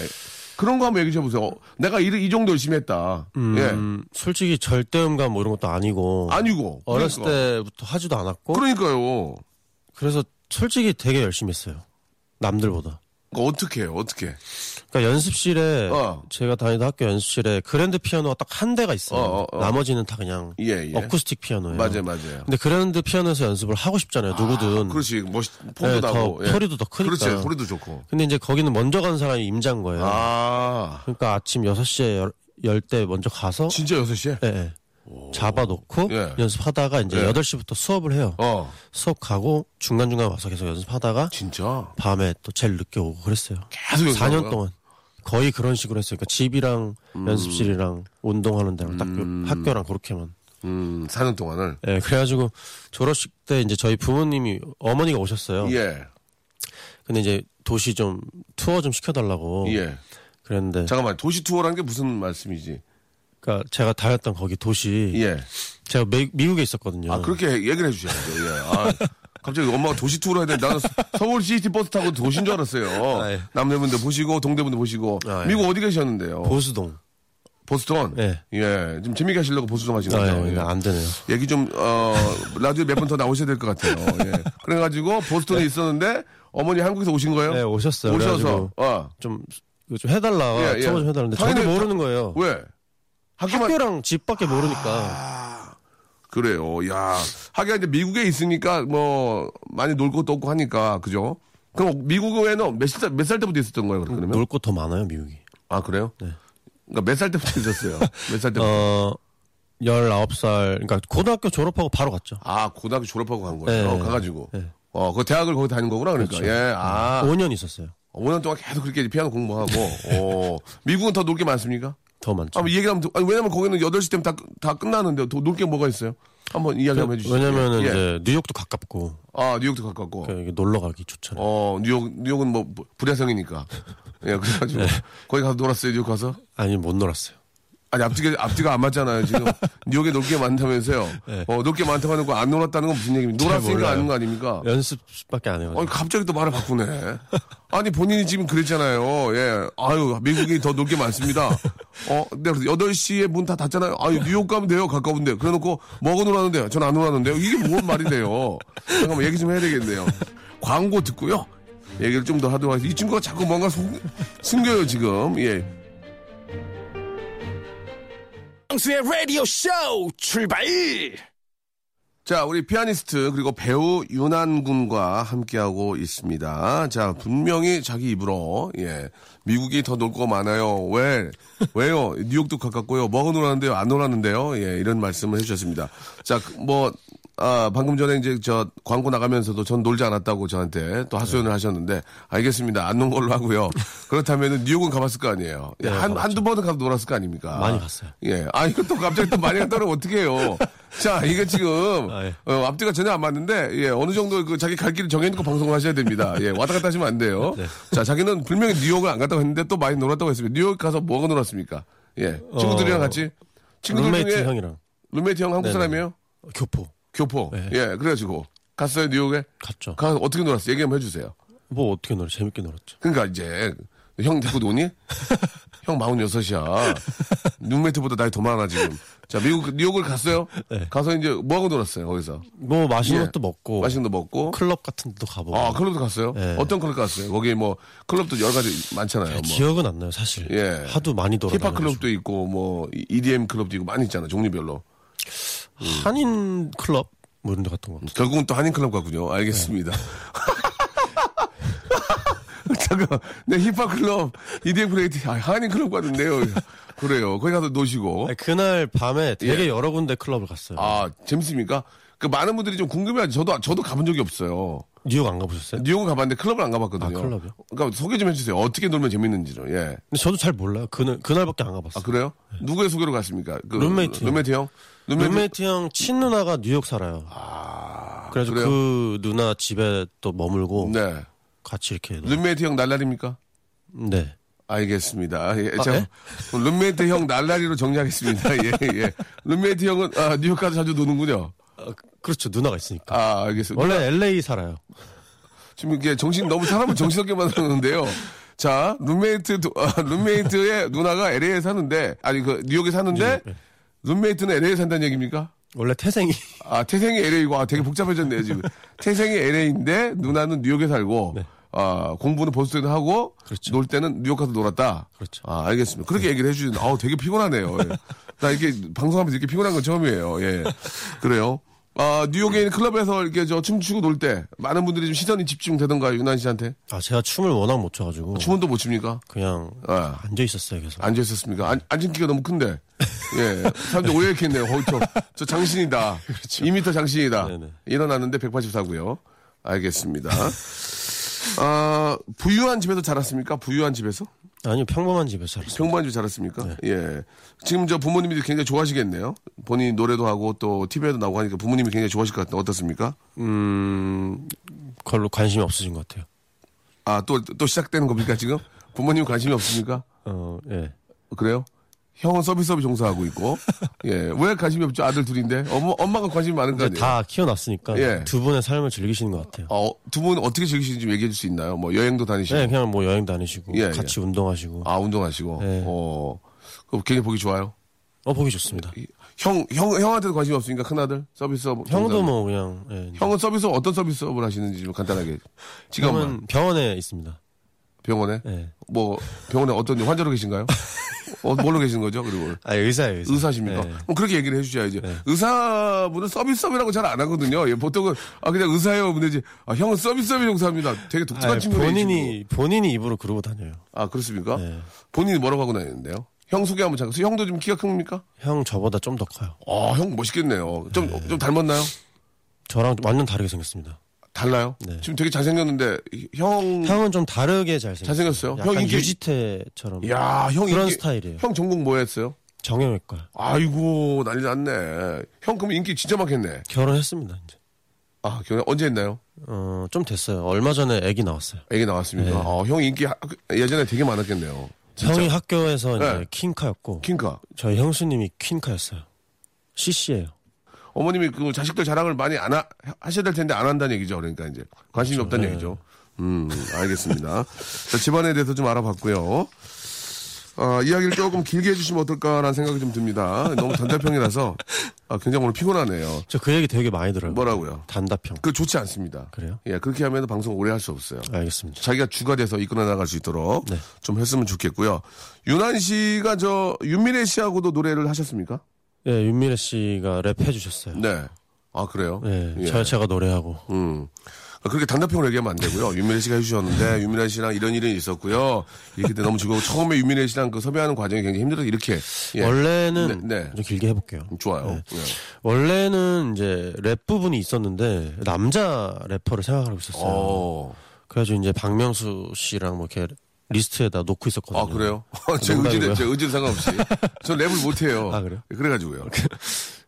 [SPEAKER 3] 그런 거 한번 얘기해 보세요. 어, 내가 이, 이 정도 열심히 했다. 예.
[SPEAKER 4] 음, 솔직히 절대음감 뭐 이런 것도 아니고
[SPEAKER 3] 아니고.
[SPEAKER 4] 어렸을
[SPEAKER 3] 그러니까.
[SPEAKER 4] 때부터 하지도 않았고
[SPEAKER 3] 그러니까요.
[SPEAKER 4] 그래서 솔직히 되게 열심히 했어요. 남들보다.
[SPEAKER 3] 그러니까 어떻게 해요? 어떻게?
[SPEAKER 4] 그러니까 연습실에
[SPEAKER 3] 어.
[SPEAKER 4] 제가 다니던 학교 연습실에 그랜드 피아노가 딱 한 대가 있어요.
[SPEAKER 3] 어, 어, 어.
[SPEAKER 4] 나머지는 다 그냥
[SPEAKER 3] 예, 예.
[SPEAKER 4] 어쿠스틱 피아노예요.
[SPEAKER 3] 맞아요, 맞아요.
[SPEAKER 4] 근데 그랜드 피아노에서 연습을 하고 싶잖아요. 누구든.
[SPEAKER 3] 그렇지. 멋 폼도
[SPEAKER 4] 네, 더
[SPEAKER 3] 나고. 예.
[SPEAKER 4] 소리도 더 크니까. 네.
[SPEAKER 3] 그렇지. 소리도 좋고.
[SPEAKER 4] 근데 이제 거기는 먼저 간 사람이 임자인 거예요.
[SPEAKER 3] 아.
[SPEAKER 4] 그러니까 아침 6시에 열 때 먼저 가서
[SPEAKER 3] 진짜 6시에?
[SPEAKER 4] 예, 예. 잡아놓고
[SPEAKER 3] 예.
[SPEAKER 4] 연습하다가 이제
[SPEAKER 3] 예.
[SPEAKER 4] 8시부터 수업을 해요.
[SPEAKER 3] 어.
[SPEAKER 4] 수업 가고 중간중간 와서 계속 연습하다가
[SPEAKER 3] 진짜?
[SPEAKER 4] 밤에 또 제일 늦게 오고 그랬어요.
[SPEAKER 3] 계속 연습한
[SPEAKER 4] 4년
[SPEAKER 3] 거야?
[SPEAKER 4] 동안 거의 그런 식으로 했어요. 그러니까 집이랑
[SPEAKER 3] 음.
[SPEAKER 4] 연습실이랑 운동하는 데랑 딱 요- 학교랑 그렇게만.
[SPEAKER 3] 음, 4년 동안을.
[SPEAKER 4] 예, 그래가지고 졸업식 때 이제 저희 부모님이 어머니가 오셨어요.
[SPEAKER 3] 예.
[SPEAKER 4] 근데 이제 도시 좀 투어 좀 시켜달라고
[SPEAKER 3] 예.
[SPEAKER 4] 그랬는데,
[SPEAKER 3] 잠깐만. 도시 투어라는 게 무슨 말씀이지?
[SPEAKER 4] 그러니까 제가 다녔던 거기 도시
[SPEAKER 3] 예.
[SPEAKER 4] 제가 매- 미국에 있었거든요.
[SPEAKER 3] 아, 그렇게 얘기를 해주셔야죠. 예. 아, 갑자기 엄마가 도시 투어를 했는데 나는 서울 시티 버스 타고 도시인 줄 알았어요.
[SPEAKER 4] 아, 예.
[SPEAKER 3] 남대문도 보시고 동대문도 보시고
[SPEAKER 4] 아, 예.
[SPEAKER 3] 미국 어디 계셨는데요?
[SPEAKER 4] 보수동.
[SPEAKER 3] 보스턴.
[SPEAKER 4] 예.
[SPEAKER 3] 예. 좀 재미있게 하시려고 보스턴 하신
[SPEAKER 4] 아,
[SPEAKER 3] 거죠.
[SPEAKER 4] 예,
[SPEAKER 3] 예.
[SPEAKER 4] 안 되네요.
[SPEAKER 3] 얘기 좀, 어, 라디오에 몇 번 더 나오셔야 될 것 같아요. 예. 그래가지고 보스턴에 있었는데 어머니 한국에서 오신 거예요?
[SPEAKER 4] 네, 오셨어요.
[SPEAKER 3] 오셔서,
[SPEAKER 4] 그래가지고
[SPEAKER 3] 어.
[SPEAKER 4] 좀, 이거 좀 해달라.
[SPEAKER 3] 예, 예.
[SPEAKER 4] 투어 좀 해달라는데 저도
[SPEAKER 3] 당연히-
[SPEAKER 4] 모르는 거예요.
[SPEAKER 3] 왜? 학교만. 아.
[SPEAKER 4] 학교랑 집밖에 모르니까.
[SPEAKER 3] 그래요. 야. 하긴 이제 미국에 있으니까 뭐 많이 놀 것도 없고 하니까, 그죠? 그럼 미국에는 몇 살, 몇 살 때부터 있었던 거예요, 그러면?
[SPEAKER 4] 놀 곳 더 많아요, 미국이.
[SPEAKER 3] 아, 그래요? 그러니까 몇 살 때부터 있었어요? 몇 살 때부터?
[SPEAKER 4] 어, 19살, 그러니까 고등학교 졸업하고 바로 갔죠.
[SPEAKER 3] 아, 고등학교 졸업하고 간 거예요.
[SPEAKER 4] 네.
[SPEAKER 3] 가가지고.
[SPEAKER 4] 네. 그렇죠.
[SPEAKER 3] 어, 그 대학을 거기 다닌 거구나, 그러니까. 예, 아.
[SPEAKER 4] 5년 있었어요.
[SPEAKER 3] 5년 동안 계속 그렇게 피아노 공부하고, 어, 미국은 더 놀 게 많습니까?
[SPEAKER 4] 더 많죠.
[SPEAKER 3] 한번 얘기하면, 돼. 아니, 뭐 왜냐면 거기는 8시 되면 다, 다 끝나는데, 더 놀 게 뭐가 있어요? 한번 이야기 한번 해주시죠.
[SPEAKER 4] 왜냐면은
[SPEAKER 3] 예.
[SPEAKER 4] 이제 뉴욕도 가깝고
[SPEAKER 3] 아, 뉴욕도 가깝고.
[SPEAKER 4] 그러니까 이게 놀러 가기 좋잖아요.
[SPEAKER 3] 어, 뉴욕, 뉴욕은 뭐, 부- 불야성이니까. 예, 그래가지고.
[SPEAKER 4] 네.
[SPEAKER 3] 거기 가서 놀았어요, 뉴욕 가서?
[SPEAKER 4] 아니 못 놀았어요.
[SPEAKER 3] 아니, 앞뒤가, 앞뒤가 안 맞잖아요, 지금. 뉴욕에 놀 게 많다면서요. 어, 놀 게 많다고 하는 거 안 놀았다는 건 무슨 얘기입니까? 놀았으니까
[SPEAKER 4] 네. 몰라요.
[SPEAKER 3] 아는 거 아닙니까? 어,
[SPEAKER 4] 연습밖에 안 해가지고.
[SPEAKER 3] 아니, 갑자기 또 말을 바꾸네. 아니, 본인이 지금 그랬잖아요. 예. 아유, 미국이 더 놀 게 많습니다. 어, 내가 그래서 8시에 문 다 닫잖아요. 아유, 뉴욕 가면 돼요. 가까운데. 그래 놓고, 먹어 놀았는데, 전 안 놀았는데요. 이게 뭔 말인데요. 잠깐만, 얘기 좀 해야 되겠네요. 광고 듣고요. 얘기를 좀 더 하도록 하겠습니다. 이 친구가 자꾸 뭔가 숨, 숨겨요, 지금. 예.
[SPEAKER 1] 박명수의 라디오 쇼 출발!
[SPEAKER 3] 자, 우리 피아니스트 그리고 배우 윤한 군과 함께하고 있습니다. 자, 분명히 자기 입으로 예, 미국이 더 놀 거 많아요. 왜 왜요? 뉴욕도 가깝고요. 뭐가 놀았는데요? 안 놀았는데요? 예, 이런 말씀을 해주셨습니다. 자, 그, 뭐 아, 방금 전에 이제 저 광고 나가면서도 전 놀지 않았다고 저한테 또 하소연을
[SPEAKER 4] 네.
[SPEAKER 3] 하셨는데 알겠습니다. 안 논 걸로 하고요. 그렇다면은 뉴욕은 가봤을 거 아니에요. 한 한두 번은 가서 놀았을 거 아닙니까?
[SPEAKER 4] 네, 많이 갔어요.
[SPEAKER 3] 예. 아, 이거 또 갑자기 또 많이 갔다 그러면 어떡해요. 자, 이게 지금,
[SPEAKER 4] 아, 예.
[SPEAKER 3] 어, 앞뒤가 전혀 안 맞는데, 예, 어느 정도 그 자기 갈 길을 정해놓고 방송을 하셔야 됩니다. 예, 왔다 갔다 하시면 안 돼요.
[SPEAKER 4] 네.
[SPEAKER 3] 자, 자기는 분명히 뉴욕을 안 갔다고 했는데 또 많이 놀았다고 했습니다. 뉴욕 가서 뭐가 놀았습니까? 예. 친구들이랑
[SPEAKER 4] 어,
[SPEAKER 3] 같이? 친구들
[SPEAKER 4] 룸메이트
[SPEAKER 3] 중에
[SPEAKER 4] 형이랑
[SPEAKER 3] 룸메이트 형 한국
[SPEAKER 4] 네네.
[SPEAKER 3] 사람이에요?
[SPEAKER 4] 교포
[SPEAKER 3] 교포.
[SPEAKER 4] 네.
[SPEAKER 3] 예, 그래가지고. 갔어요, 뉴욕에?
[SPEAKER 4] 갔죠.
[SPEAKER 3] 가, 어떻게 놀았어요? 얘기 한번 해주세요.
[SPEAKER 4] 뭐 어떻게 놀아? 재밌게 놀았죠.
[SPEAKER 3] 그러니까 이제 형 데리고 노니? 형 46이야. 룸메이트보다 나이 더 많아 지금. 자 미국 뉴욕을 갔어요.
[SPEAKER 4] 네.
[SPEAKER 3] 가서 이제 뭐 하고 놀았어요 거기서.
[SPEAKER 4] 뭐 맛있는
[SPEAKER 3] 예.
[SPEAKER 4] 것도 먹고
[SPEAKER 3] 맛있는 거 먹고.
[SPEAKER 4] 클럽 같은 데도 가보고.
[SPEAKER 3] 아 클럽도 갔어요.
[SPEAKER 4] 네.
[SPEAKER 3] 어떤 클럽 갔어요? 거기 뭐 클럽도 여러 가지 많잖아요. 뭐.
[SPEAKER 4] 기억은 안 나요 사실.
[SPEAKER 3] 예.
[SPEAKER 4] 하도 많이 돌아.
[SPEAKER 3] 힙합 클럽도 있고 뭐 EDM 클럽도 있고 많이 있잖아 요 종류별로.
[SPEAKER 4] 한인 클럽 뭐 이런 데 갔던 것 같아요.
[SPEAKER 3] 결국은 또 한인 클럽 가군요. 알겠습니다.
[SPEAKER 4] 네.
[SPEAKER 3] 잠깐, 내 네, 힙합 클럽, EDM 플레이트, 아, 한인 클럽 가는데요. 그래요. 거기 가서 노시고.
[SPEAKER 4] 아니, 그날 밤에 되게 여러 군데 클럽을 갔어요.
[SPEAKER 3] 음. 예. 아 재밌습니까? 그 많은 분들이 좀 궁금해하죠. 저도 저도 가본 적이 없어요.
[SPEAKER 4] 뉴욕 안 가보셨어요?
[SPEAKER 3] 뉴욕은 가봤는데 클럽을 안 가봤거든요.
[SPEAKER 4] 아, 클럽이요?
[SPEAKER 3] 그러니까 소개 좀 해주세요. 어떻게 놀면 재밌는지를. 예.
[SPEAKER 4] 근데 저도 잘 몰라요. 그날 그날밖에 안
[SPEAKER 3] 아
[SPEAKER 4] 가봤어요.
[SPEAKER 3] 그래요? 누구의 소개로 갔습니까? 그,
[SPEAKER 4] 네. 룸메이트요.
[SPEAKER 3] 룸메이트 형. 룸메이트.
[SPEAKER 4] 룸메이트 형 친누나가 뉴욕 살아요. 그래서
[SPEAKER 3] 그래요?
[SPEAKER 4] 그 누나 집에 또 머물고
[SPEAKER 3] 네.
[SPEAKER 4] 같이 이렇게 놀-
[SPEAKER 3] 룸메이트 형 날라리입니까?
[SPEAKER 4] 네.
[SPEAKER 3] 아 알겠습니다. 예,
[SPEAKER 4] 아,
[SPEAKER 3] 자,
[SPEAKER 4] 예?
[SPEAKER 3] 룸메이트 형 날라리로 정리하겠습니다. 예, 예. 룸메이트 형은 아, 뉴욕 가서 자주 노는군요.
[SPEAKER 4] 아, 그렇죠. 누나가 있으니까.
[SPEAKER 3] 아, 알겠습니다.
[SPEAKER 4] 원래 LA 살아요.
[SPEAKER 3] 지금 이게 정신 너무 사람을 정신없게 만드는데요. 자, 룸메이트 두- 아, 룸메이트의 누나가 LA에 사는데 아니 그 뉴욕에 사는데 룸메이트는 LA에 산다는 얘기입니까?
[SPEAKER 4] 원래 태생이
[SPEAKER 3] 아, 태생이 LA고 아, 되게 복잡해졌네요, 지금. 태생이 LA인데 누나는 뉴욕에 살고
[SPEAKER 4] 네.
[SPEAKER 3] 아, 공부는 보스턴에 하고
[SPEAKER 4] 그렇죠.
[SPEAKER 3] 놀 때는 뉴욕 가서 놀았다.
[SPEAKER 4] 그렇죠.
[SPEAKER 3] 아, 알겠습니다. 그렇게 얘기를 해 주시는 아우, 되게 피곤하네요. 예. 나 이렇게 방송하면서 이렇게 피곤한 건 처음이에요. 예. 그래요. 아, 뉴욕에 있는 클럽에서 이렇게 저 춤추고 놀 때 많은 분들이 좀 시선이 집중되던가요, 유난 씨한테?
[SPEAKER 4] 아 제가 춤을 워낙 못 춰가지고
[SPEAKER 3] 아, 춤은도 못 춥니까?
[SPEAKER 4] 그냥
[SPEAKER 3] 아.
[SPEAKER 4] 앉아 있었어요. 계속.
[SPEAKER 3] 앉아 있었습니까? 앉, 앉은 키가 너무 큰데. 예. 사람들 오해했겠네요. 어, 저, 저 장신이다. 2m 장신이다.
[SPEAKER 4] 그렇죠. 네네.
[SPEAKER 3] 일어났는데 184고요. 알겠습니다. 아, 부유한 집에서 자랐습니까? 부유한 집에서?
[SPEAKER 4] 아니요 평범한 집에서 살았어요.
[SPEAKER 3] 평범한 집에 자랐습니까?
[SPEAKER 4] 네.
[SPEAKER 3] 예. 지금 저 부모님이 굉장히 좋아하시겠네요. 본인이 노래도 하고 또 TV에도 나오고 하니까 부모님이 굉장히 좋아하실 것 같아요. 어떻습니까?
[SPEAKER 4] 음 별로 관심이 없으신 것 같아요.
[SPEAKER 3] 아, 또, 또 시작되는 겁니까, 지금? 부모님 관심이 없습니까?
[SPEAKER 4] 어 예.
[SPEAKER 3] 그래요? 형은 서비스업에 종사하고 있고. 예. 왜 관심이 없죠? 아들 둘인데. 어머, 엄마가 관심이 많은 거
[SPEAKER 4] 이제
[SPEAKER 3] 아니에요? 네.
[SPEAKER 4] 다 키워놨으니까
[SPEAKER 3] 예.
[SPEAKER 4] 두 분의 삶을 즐기시는 것 같아요.
[SPEAKER 3] 어, 두 분 어떻게 즐기시는지 좀 얘기해 줄 수 있나요? 뭐 여행도 다니시고.
[SPEAKER 4] 네, 그냥 뭐 여행 다니시고
[SPEAKER 3] 예,
[SPEAKER 4] 같이 운동하시고
[SPEAKER 3] 아, 운동하시고.
[SPEAKER 4] 네.
[SPEAKER 3] 어. 그럼 괜히 보기 좋아요?
[SPEAKER 4] 어 보기 좋습니다.
[SPEAKER 3] 이- 형, 형, 형한테도 관심 없으니까 큰아들? 서비스업.
[SPEAKER 4] 형도
[SPEAKER 3] 종사하고.
[SPEAKER 4] 뭐 그냥 예,
[SPEAKER 3] 형은 서비스업, 어떤 서비스업을 하시는지 좀 간단하게. 지금
[SPEAKER 4] 형은 병원에 있습니다.
[SPEAKER 3] 병원에?
[SPEAKER 4] 예.
[SPEAKER 3] 뭐, 병원에 어떤 환자로 계신가요? 어, 뭘로 계신 거죠? 그리고.
[SPEAKER 4] 아 의사예요. 의사.
[SPEAKER 3] 네. 의사십니까?
[SPEAKER 4] 예.
[SPEAKER 3] 그럼 그렇게 얘기를 해주셔야지.
[SPEAKER 4] 네.
[SPEAKER 3] 의사분은 서비스업이라고 잘 안 하거든요. 예, 보통은, 아, 그냥 의사예요. 근데 이제, 아, 형은 서비스업이 종사합니다. 되게 독특한
[SPEAKER 4] 아니, 예,
[SPEAKER 3] 친구네요. 이 친구.
[SPEAKER 4] 본인이 본인이 입으로 그러고 다녀요.
[SPEAKER 3] 아 그렇습니까?
[SPEAKER 4] 네.
[SPEAKER 3] 본인이 뭐라고 하고 다니는데요? 형 소개 한번 잠깐. 형도 좀 키가 큽니까?
[SPEAKER 4] 형 저보다 좀 더 커요.
[SPEAKER 3] 아, 형 멋있겠네요. 좀 좀 닮았나요?
[SPEAKER 4] 저랑 완전 다르게 생겼습니다.
[SPEAKER 3] 달라요?
[SPEAKER 4] 네.
[SPEAKER 3] 지금 되게 잘생겼는데 형,
[SPEAKER 4] 형은 좀 다르게 잘 생겼어요.
[SPEAKER 3] 잘생겼어요?
[SPEAKER 4] 약간
[SPEAKER 3] 형 인기-
[SPEAKER 4] 유지태처럼
[SPEAKER 3] 야, 형
[SPEAKER 4] 그런
[SPEAKER 3] 인기-
[SPEAKER 4] 스타일이에요.
[SPEAKER 3] 형 전공 뭐 했어요?
[SPEAKER 4] 정형외과
[SPEAKER 3] 아이고 난리 났네. 형 그럼 인기 진짜 많겠네.
[SPEAKER 4] 결혼했습니다. 이제
[SPEAKER 3] 아 결혼 언제 했나요?
[SPEAKER 4] 어, 좀 됐어요. 얼마 전에 아기 나왔어요.
[SPEAKER 3] 애기 나왔습니다.
[SPEAKER 4] 네.
[SPEAKER 3] 아, 형 인기 하- 예전에 되게 많았겠네요.
[SPEAKER 4] 형이 학교에서 이제
[SPEAKER 3] 네.
[SPEAKER 4] 퀸카였고
[SPEAKER 3] 킹카
[SPEAKER 4] 저희 형수님이 퀸카였어요. CC예요.
[SPEAKER 3] 어머님이 그 자식들 자랑을 많이 안 하, 하셔야 될 텐데 안 한다는 얘기죠. 그러니까 이제 관심이
[SPEAKER 4] 그렇죠. 네.
[SPEAKER 3] 없다는 얘기죠. 음, 알겠습니다. 자, 집안에 대해서 좀 알아봤고요. 아, 이야기를 조금 길게 해주시면 어떨까라는 생각이 좀 듭니다. 너무 단답형이라서 아, 굉장히 오늘 피곤하네요.
[SPEAKER 4] 저 그 얘기 되게 많이 들어요.
[SPEAKER 3] 뭐라고요?
[SPEAKER 4] 단답형.
[SPEAKER 3] 그 좋지 않습니다.
[SPEAKER 4] 그래요?
[SPEAKER 3] 예, 그렇게 하면 방송 오래 할 수 없어요.
[SPEAKER 4] 알겠습니다.
[SPEAKER 3] 자기가 주가 돼서 이끌어 나갈 수 있도록
[SPEAKER 4] 네.
[SPEAKER 3] 좀 했으면 좋겠고요. 유난 씨가 저 윤미래 씨하고도 노래를 하셨습니까?
[SPEAKER 4] 예, 윤미래 씨가 랩 해주셨어요.
[SPEAKER 3] 네. 아 그래요?
[SPEAKER 4] 예,
[SPEAKER 3] 예.
[SPEAKER 4] 저 제가 노래하고
[SPEAKER 3] 음. 그렇게 단답형으로 얘기하면 안 되고요. 윤미래 씨가
[SPEAKER 4] 음.
[SPEAKER 3] 해주셨는데, 윤미래 씨랑 이런 일이 있었고요. 이 그때 너무 즐거워. 처음에 윤미래 씨랑 그 섭외하는 과정이 굉장히 힘들어서 이렇게. 예.
[SPEAKER 4] 원래는 네.
[SPEAKER 3] 네, 네.
[SPEAKER 4] 좀 길게 해볼게요.
[SPEAKER 3] 좋아요. 예.
[SPEAKER 4] 원래는 이제 랩 부분이 있었는데 남자 래퍼를 생각하고 있었어요.
[SPEAKER 3] 어.
[SPEAKER 4] 그래가지고 이제 박명수 씨랑 뭐 이렇게 리스트에다 놓고 있었거든요.
[SPEAKER 3] 아, 그래요? 제
[SPEAKER 4] 농담이고요.
[SPEAKER 3] 의지는, 제 의지는 상관없이. 전 랩을 못해요.
[SPEAKER 4] 아, 그래요?
[SPEAKER 3] 그래가지고요.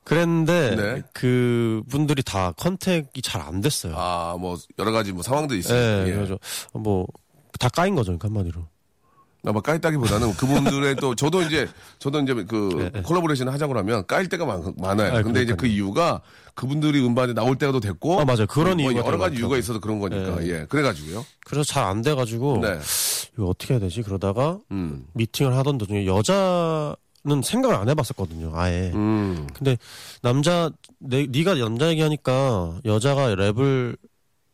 [SPEAKER 4] 그랬는데
[SPEAKER 3] 네.
[SPEAKER 4] 그 분들이 다 컨택이 잘 안 됐어요.
[SPEAKER 3] 아, 뭐, 여러 가지 뭐 상황도 있어요.
[SPEAKER 4] 예,
[SPEAKER 3] 예.
[SPEAKER 4] 그래서 뭐 다 까인 거죠, 그러니까 한마디로.
[SPEAKER 3] 아마 까였다기보다는 그분들의 또 저도 이제 저도 이제 그 콜라보레이션 하자고 하면 까일 때가 많, 아요
[SPEAKER 4] 네. 아,
[SPEAKER 3] 근데 이제
[SPEAKER 4] 그러니까요.
[SPEAKER 3] 그 이유가 그분들이 음반에 나올 때가 또 됐고
[SPEAKER 4] 아, 맞아요. 그런
[SPEAKER 3] 뭐
[SPEAKER 4] 이유가
[SPEAKER 3] 여러 가지
[SPEAKER 4] 많더라고요. 네. 어.
[SPEAKER 3] 이유가 있어서 그런 거니까 예 그래가지고요.
[SPEAKER 4] 그래서 잘 안 돼가지고
[SPEAKER 3] 네.
[SPEAKER 4] 이거 어떻게 해야 되지? 그러다가
[SPEAKER 3] 음.
[SPEAKER 4] 미팅을 하던 도중에 여자는 생각을 안 해봤었거든요, 아예.
[SPEAKER 3] 음.
[SPEAKER 4] 근데 남자 내, 네가 남자 얘기하니까 여자가 랩을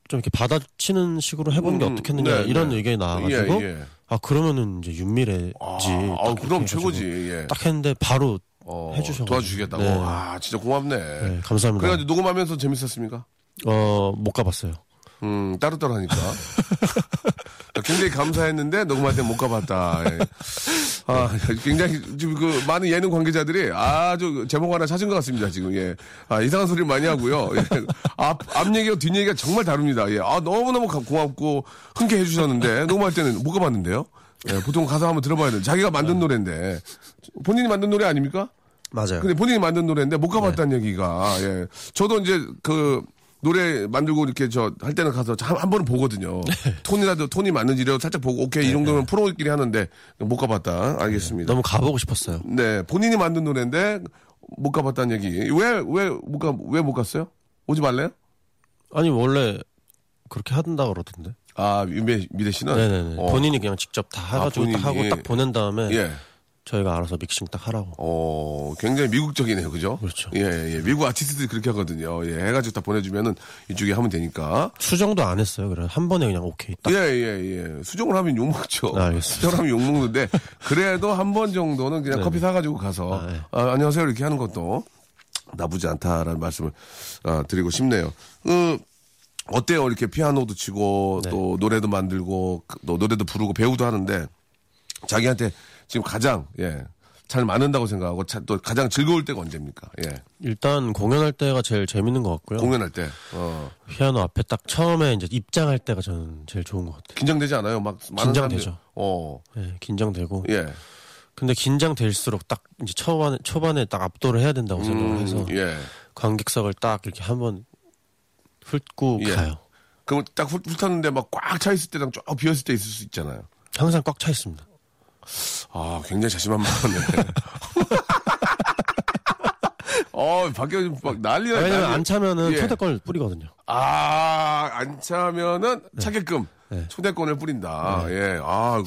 [SPEAKER 4] 좀 이렇게 받아치는 식으로 해보는 게
[SPEAKER 3] 음,
[SPEAKER 4] 어떻겠느냐
[SPEAKER 3] 네,
[SPEAKER 4] 이런
[SPEAKER 3] 네.
[SPEAKER 4] 의견이 나와가지고
[SPEAKER 3] 예, 예.
[SPEAKER 4] 아 그러면은 이제 윤미래지
[SPEAKER 3] 아,
[SPEAKER 4] 딱
[SPEAKER 3] 아,
[SPEAKER 4] 이렇게
[SPEAKER 3] 그럼
[SPEAKER 4] 해가지고
[SPEAKER 3] 최고지. 예.
[SPEAKER 4] 딱 했는데 바로
[SPEAKER 3] 어,
[SPEAKER 4] 해주셔가지고.
[SPEAKER 3] 도와주시겠다고.
[SPEAKER 4] 네.
[SPEAKER 3] 아, 진짜 고맙네.
[SPEAKER 4] 네, 감사합니다.
[SPEAKER 3] 그래가지고 녹음하면서 재밌었습니까?
[SPEAKER 4] 어못 가봤어요.
[SPEAKER 3] 음, 따로따로 하니까. 굉장히 감사했는데 녹음할 때 못 가봤다. 예. 아, 굉장히 지금 그 많은 예능 관계자들이 아주 제목 하나 찾은 것 같습니다. 지금 예. 아, 이상한 소리 를 많이 하고요. 예. 앞, 앞 얘기와 뒷 얘기가 정말 다릅니다. 예. 아, 너무너무 가- 고맙고 흔쾌해 주셨는데 녹음할 때는 못 가봤는데요. 예, 보통 가사 한번 들어봐야 돼요. 자기가 만든 노래인데 본인이 만든 노래 아닙니까?
[SPEAKER 4] 맞아요. 예.
[SPEAKER 3] 근데 본인이 만든 노래인데 못 가봤다는 얘기가 예. 저도 이제 예. 그 노래 만들고 이렇게 저 할 때는 가서 한, 한 번은 보거든요.
[SPEAKER 4] 네.
[SPEAKER 3] 톤이라도 톤이 맞는지라도 살짝 보고 오케이 이 정도면 프로끼리 하는데 못 가봤다. 알겠습니다.
[SPEAKER 4] 너무 가보고 싶었어요.
[SPEAKER 3] 네 본인이 만든 노래인데 못 가봤다는 얘기. 왜 왜 못 가 왜 못 갔어요? 오지 말래요?
[SPEAKER 4] 아니 원래 그렇게 한다 그러던데.
[SPEAKER 3] 아 유미 미래 씨는
[SPEAKER 4] 네네네.
[SPEAKER 3] 어.
[SPEAKER 4] 본인이 그냥 직접 다 해가지고
[SPEAKER 3] 본인이.
[SPEAKER 4] 딱 하고 딱 보낸 다음에
[SPEAKER 3] 예.
[SPEAKER 4] 저희가 알아서 믹싱 딱 하라고.
[SPEAKER 3] 어, 굉장히 미국적이네요, 그죠?
[SPEAKER 4] 그렇죠.
[SPEAKER 3] 예, 예. 미국 아티스트들이 그렇게 하거든요. 예, 해가지고 다 보내주면은 이쪽에 하면 되니까.
[SPEAKER 4] 수정도 안 했어요. 그래 한 번에 그냥 오케이. 딱.
[SPEAKER 3] 예, 예, 예. 수정을 하면 욕먹죠.
[SPEAKER 4] 아, 알겠습니다. 네.
[SPEAKER 3] 수정을 하면 욕먹는데, 그래도 한 번 정도는 그냥 커피 사가지고 가서,
[SPEAKER 4] 아, 예.
[SPEAKER 3] 아, 안녕하세요. 이렇게 하는 것도 나쁘지 않다라는 말씀을 아, 드리고 싶네요. 음, 어때요? 이렇게 피아노도 치고,
[SPEAKER 4] 네.
[SPEAKER 3] 또 노래도 만들고, 그, 또 노래도 부르고, 배우도 하는데, 자기한테 지금 가장, 예. 잘 맞는다고 생각하고, 자- 또 가장 즐거울 때가 언제입니까? 예.
[SPEAKER 4] 일단 공연할 때가 제일 재밌는 것 같고요.
[SPEAKER 3] 공연할 때. 어.
[SPEAKER 4] 피아노 앞에 딱 처음에 이제 입장할 때가 저는 제일 좋은 것 같아요.
[SPEAKER 3] 긴장되지 않아요? 막 많은
[SPEAKER 4] 긴장되죠.
[SPEAKER 3] 사람들이- 어.
[SPEAKER 4] 예, 긴장되고.
[SPEAKER 3] 예.
[SPEAKER 4] 근데 긴장될수록 딱 이제 초반에 초반에 딱 압도를 해야 된다고 생각을 해서
[SPEAKER 3] 예.
[SPEAKER 4] 관객석을 딱 이렇게 한번 훑고
[SPEAKER 3] 예.
[SPEAKER 4] 가요.
[SPEAKER 3] 그럼 딱 훑- 훑었는데 막 꽉 차 있을 때랑 쫙 비어 있을 때 있을 수 있잖아요.
[SPEAKER 4] 항상 꽉 차 있습니다.
[SPEAKER 3] 예, 아, 굉장히 자신만만하네. 어, 밖에 막 난리가
[SPEAKER 4] 아, 왜냐면
[SPEAKER 3] 난리-
[SPEAKER 4] 안 차면은
[SPEAKER 3] 예.
[SPEAKER 4] 초대권을 뿌리거든요.
[SPEAKER 3] 아, 안 차면은
[SPEAKER 4] 네.
[SPEAKER 3] 차게끔 초대권을 뿌린다. 예. 아.